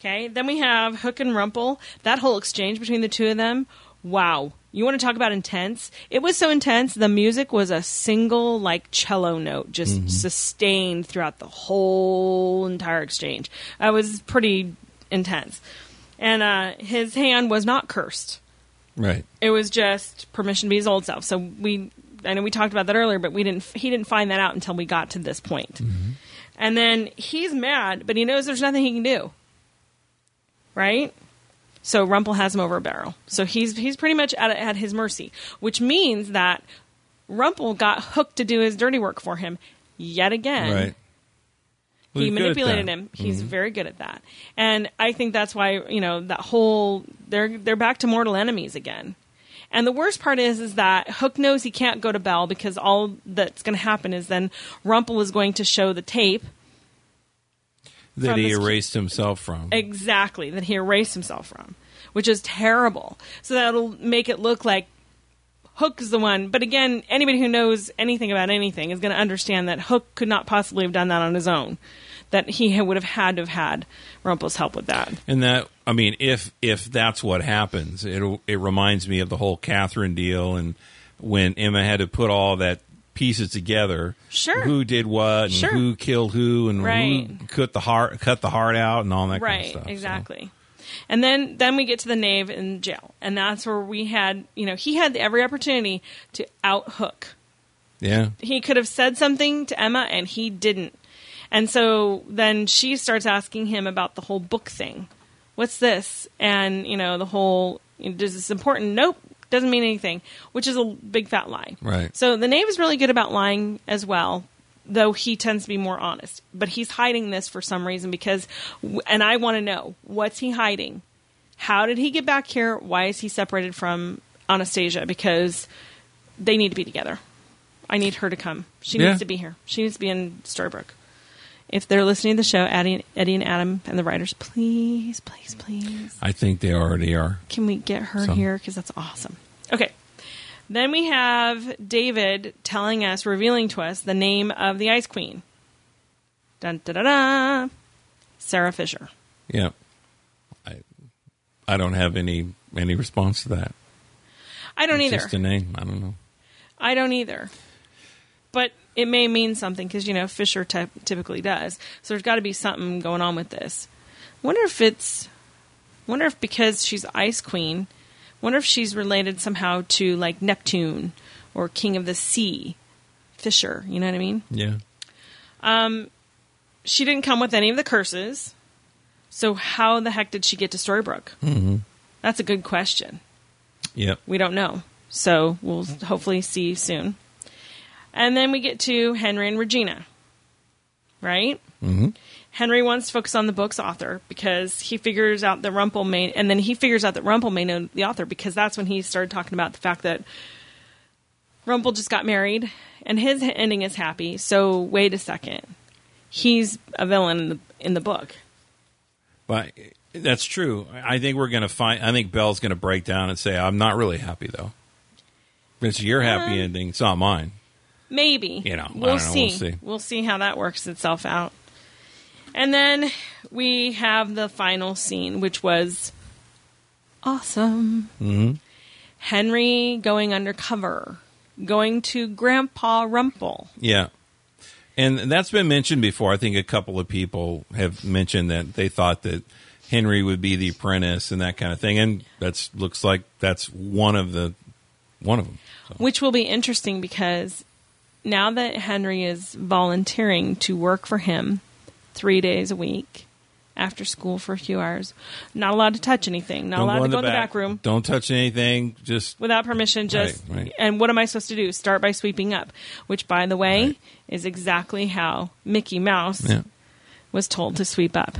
Speaker 5: Okay, then we have Hook and Rumple. That whole exchange between the two of them, wow. You want to talk about intense? It was so intense. The music was a single, like, cello note, just sustained throughout the whole entire exchange. That was pretty intense. And uh, his hand was not cursed
Speaker 4: Right.
Speaker 5: It was just permission to be his old self. So we, I know we talked about that earlier, but we didn't. He didn't find that out until we got to this point. And then he's mad, but he knows there's nothing he can do. Right. So Rumpel has him over a barrel. So he's he's pretty much at at his mercy, which means that Rumpel got hooked to do his dirty work for him yet again
Speaker 4: Right. Well,
Speaker 5: he
Speaker 4: he's good at
Speaker 5: manipulated
Speaker 4: that. Mm-hmm.
Speaker 5: him. He's very good at that, and I think that's why you know that whole they're they're back to mortal enemies again. And the worst part is is that Hook knows he can't go to Bell because all that's going to happen is then Rumple is going to show the tape
Speaker 4: That
Speaker 5: from
Speaker 4: he
Speaker 5: this-
Speaker 4: erased himself from.
Speaker 5: exactly that he erased himself from, which is terrible. So that'll make it look like Hook is the one. But again, anybody who knows anything about anything is going to understand that Hook could not possibly have done that on his own. That he would have had to have had Rumple's help with that.
Speaker 4: And that I mean, if if that's what happens, it it reminds me of the whole Catherine deal and when Emma had to put all that pieces together.
Speaker 5: Sure.
Speaker 4: Who did what and
Speaker 5: Sure.
Speaker 4: who killed who and who
Speaker 5: Right.
Speaker 4: cut the heart cut the heart out and all that kind of
Speaker 5: Right,
Speaker 4: stuff. so.
Speaker 5: exactly. And then then we get to the knave in jail, and that's where we had you know he had every opportunity to out hook.
Speaker 4: yeah.
Speaker 5: He could have said something to Emma, and he didn't. And so then she starts asking him about the whole book thing. What's this? And you know the whole you know, is this important? Nope, doesn't mean anything, which is a big fat lie.
Speaker 4: Right.
Speaker 5: So the knave is really good about lying as well, though he tends to be more honest. But he's hiding this for some reason because, and I want to know what's he hiding? How did he get back here? Why is he separated from Anastasia? Because they need to be together. I need her to come. She
Speaker 4: Yeah.
Speaker 5: needs to be here. She needs to be in Storybrooke. If they're listening to the show, Eddie and, Eddie and Adam and the writers, please, please, please,
Speaker 4: I think they already are.
Speaker 5: can we get her
Speaker 4: So-
Speaker 5: here? Because that's awesome. Okay. Then we have David telling us, revealing to us the name of the Ice Queen. Dun da da da. Sarah Fisher.
Speaker 4: Yeah. I I don't have any any response to that.
Speaker 5: I don't
Speaker 4: It's
Speaker 5: either.
Speaker 4: Just a name. I don't know.
Speaker 5: I don't either. But it may mean something because you know Fisher ty- typically does. So there's got to be something going on with this. Wonder if it's. Wonder if because she's Ice Queen. Wonder if she's related somehow to like Neptune or King of the Sea, Fisher. You know what I mean?
Speaker 4: Yeah.
Speaker 5: She didn't come with any of the curses. So how the heck did she get to Storybrooke? Mm-hmm. That's a good question.
Speaker 4: Yep.
Speaker 5: We don't know. So we'll hopefully see soon. And then we get to Henry and Regina, right? Mm-hmm. Henry wants to focus on the book's author because he figures out that Rumple may, and then he figures out that Rumple may know the author because that's when he started talking about the fact that Rumple just got married and his ending is happy. So wait a second, he's a villain in the in the book.
Speaker 4: But that's true. I think we're going to find. I think Belle's going to break down and say, "I'm not really happy though." It's your happy
Speaker 5: Um,
Speaker 4: ending. It's not mine.
Speaker 5: Maybe.
Speaker 4: You know, I
Speaker 5: we'll,
Speaker 4: don't know.
Speaker 5: see.
Speaker 4: We'll see.
Speaker 5: how that works itself out. And then we have the final scene, which was awesome. Mm-hmm. Henry going undercover, going to Grandpa Rumple.
Speaker 4: Yeah, and that's been mentioned before. I think a couple of people have mentioned that they thought that Henry would be the apprentice and that kind of thing. And that's looks like that's one of the one of them.
Speaker 5: which will be interesting because now that Henry is volunteering to work for him three days a week after school for a few hours, not allowed to touch anything, not allowed to go in the back room
Speaker 4: Don't touch anything. Just
Speaker 5: without permission. Just
Speaker 4: Right, right.
Speaker 5: and what am I supposed to do? Start by sweeping up, which by the way
Speaker 4: Right.
Speaker 5: is exactly how Mickey Mouse
Speaker 4: yeah.
Speaker 5: was told to sweep up.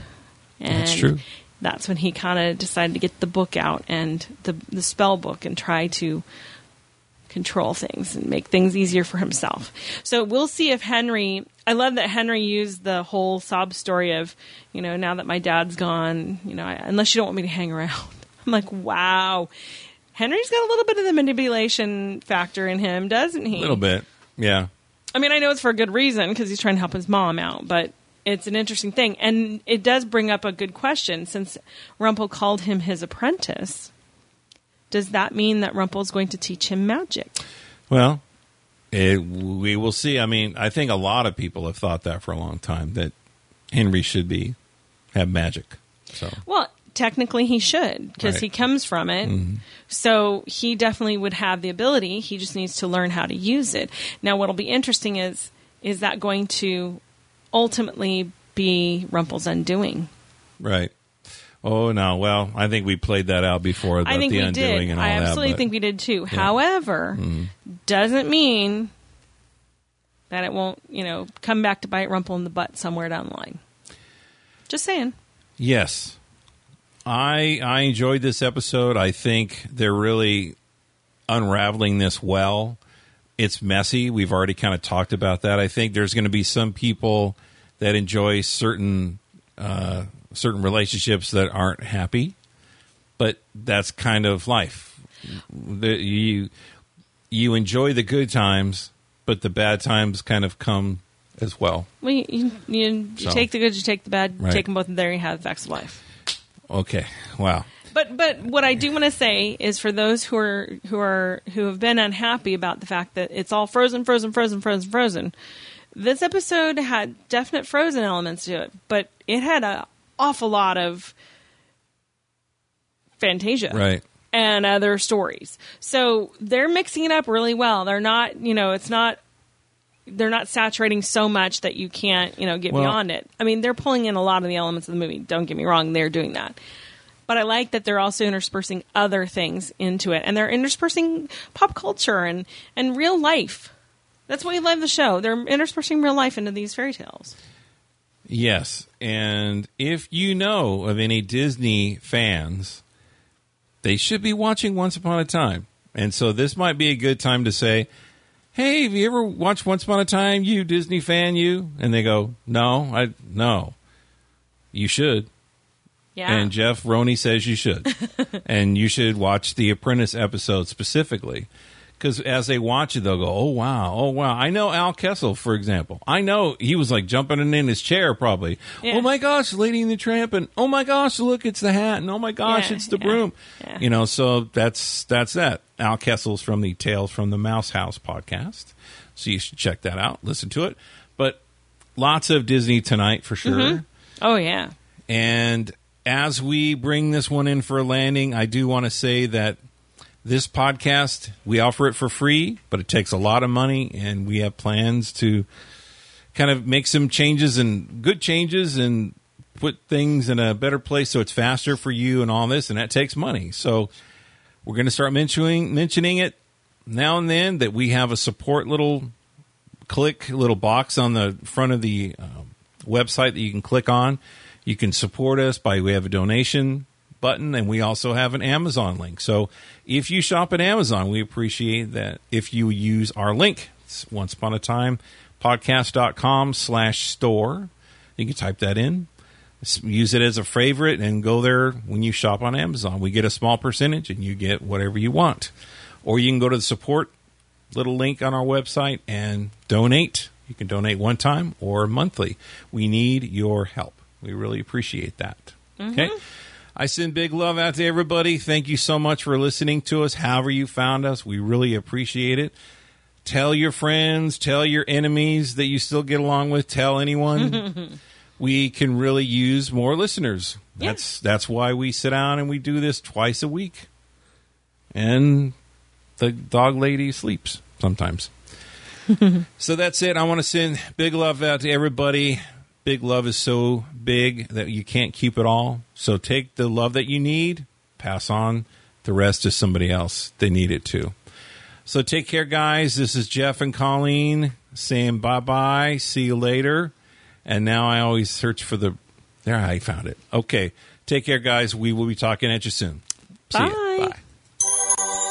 Speaker 5: And
Speaker 4: That's true.
Speaker 5: That's when he kind of decided to get the book out and the the spell book and try to control things and make things easier for himself. So we'll see if Henry. I love that Henry used the whole sob story of, you know, now that my dad's gone, you know, I, unless you don't want me to hang around. I'm like, wow. Henry's got a little bit of the manipulation factor in him, doesn't he?
Speaker 4: A little bit. Yeah.
Speaker 5: I mean, I know it's for a good reason because he's trying to help his mom out, but it's an interesting thing. And it does bring up a good question since Rumpel called him his apprentice. Does that mean that Rumpel's going to teach him magic?
Speaker 4: Well, it, we will see. I mean, I think a lot of people have thought that for a long time that Henry should be have magic. So
Speaker 5: Well, technically he should because
Speaker 4: Right.
Speaker 5: he comes from it. So he definitely would have the ability. He just needs to learn how to use it. Now, what'll be interesting is is that going to ultimately be Rumple's undoing?
Speaker 4: Right. Oh no. Well, I think we played that out before. About
Speaker 5: I think
Speaker 4: the
Speaker 5: we
Speaker 4: undoing
Speaker 5: did.
Speaker 4: And all
Speaker 5: I absolutely
Speaker 4: that, but- Mm-hmm.
Speaker 5: think we did too. However, doesn't mean that it won't, you know, come back to bite Rumple in the butt somewhere down the line. Just saying.
Speaker 4: Yes. I I enjoyed this episode. I think they're really unraveling this well. It's messy. We've already kind of talked about that. I think there's going to be some people that enjoy certain uh, certain relationships that aren't happy, but that's kind of life. The, you you enjoy the good times, but the bad times kind of come as well.
Speaker 5: Well, you, you, you
Speaker 4: So.
Speaker 5: take the good, you take the bad, you
Speaker 4: Right.
Speaker 5: take them both, and there you have facts of life.
Speaker 4: Okay. Wow.
Speaker 5: But but what I do want to say is for those who are who are who have been unhappy about the fact that it's all frozen, frozen, frozen, frozen, frozen. This episode had definite frozen elements to it, but it had an awful lot of Fantasia,
Speaker 4: Right.
Speaker 5: and other stories. So they're mixing it up really well. They're not, you know, it's not they're not saturating so much that you can't, you know, get
Speaker 4: Well-
Speaker 5: beyond it. I mean, they're pulling in a lot of the elements of the movie. Don't get me wrong, they're doing that. But I like that they're also interspersing other things into it and they're interspersing pop culture and and real life. That's why you love the show. They're interspersing real life into these fairy tales.
Speaker 4: Yes. And if you know of any Disney fans, they should be watching Once Upon a Time. And so this might be a good time to say, Hey, have you ever watched Once Upon a Time, you Disney fan, you? And they go, No, I no. You should.
Speaker 5: Yeah.
Speaker 4: And Jeff Roney says you should. and you should watch the Apprentice episode specifically. Because as they watch it, they'll go, oh, wow, oh, wow. I know Al Kessel, for example. I know he was like jumping in his chair, probably.
Speaker 5: Yeah.
Speaker 4: Oh, my gosh, Lady in the Tramp. And oh, my gosh, look, it's the hat. And oh, my gosh,
Speaker 5: Yeah,
Speaker 4: it's the
Speaker 5: yeah,
Speaker 4: broom.
Speaker 5: yeah.
Speaker 4: You know, so that's that's that. Al Kessel's from the Tales from the Mouse House podcast. So you should check that out, listen to it. But lots of Disney tonight for sure.
Speaker 5: oh yeah.
Speaker 4: And as we bring this one in for a landing, I do want to say that this podcast, we offer it for free, but it takes a lot of money, and we have plans to kind of make some changes and good changes and put things in a better place so it's faster for you and all this, and that takes money. So we're going to start mentioning mentioning it now and then that we have a support little click little box on the front of the um, website that you can click on. You can support us by we have a donation button and we also have an Amazon link. So if you shop at Amazon, we appreciate that if you use our link. It's once upon a time podcast.com slash store. You can type that in use it as a favorite and go there when you shop on Amazon. We get a small percentage and you get whatever you want. Or you can go to the support little link on our website and donate. You can donate one time or monthly. We need your help. We really appreciate that. Okay. I send big love out to everybody. Thank you so much for listening to us. However, you found us, we really appreciate it tell your friends, tell your enemies that you still get along with, tell anyone. we can really use more listeners. That's that's why we sit down and we do this twice a week. And the dog lady sleeps sometimes. so that's it. I want to send big love out to everybody. Big love is so big that you can't keep it all. So take the love that you need, pass on the rest to somebody else. They need it too. So take care, guys. This is Jeff and Colleen saying bye bye. See you later. And now I always search for the. There, I found it. Okay. Take care, guys. We will be talking at you soon. See ya.
Speaker 5: Bye.
Speaker 4: Bye.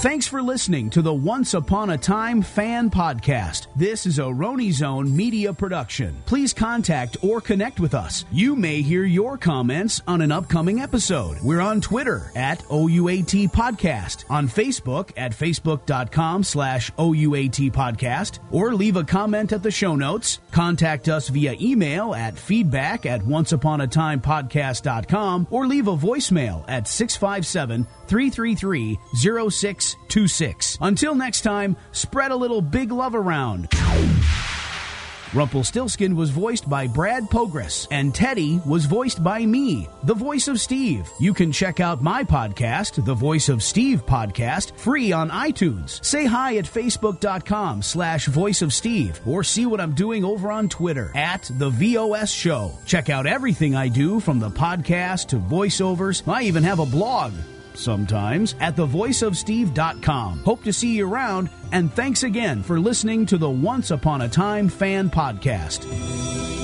Speaker 3: Thanks for listening to the Once Upon a Time Fan Podcast. This is a Roni Zone media production. Please contact or connect with us. You may hear your comments on an upcoming episode. We're on Twitter at OUAT Podcast, on Facebook at facebook.com slash OUAT Podcast, or leave a comment at the show notes. Contact us via email at feedback at onceuponatimepodcast.com or leave a voicemail at 657- 333 0626. Until next time, spread a little big love around. Rumpelstiltskin was voiced by Brad Pogress, and Teddy was voiced by me, the voice of Steve. You can check out my podcast, the Voice of Steve podcast, free on iTunes. Say hi at facebook.com slash voice of Steve, or see what I'm doing over on Twitter at the VOS Show. Check out everything I do from the podcast to voiceovers. I even have a blog sometimes at thevoiceofsteve.com. Hope to see you around, and thanks again for listening to the Once Upon a Time Fan Podcast.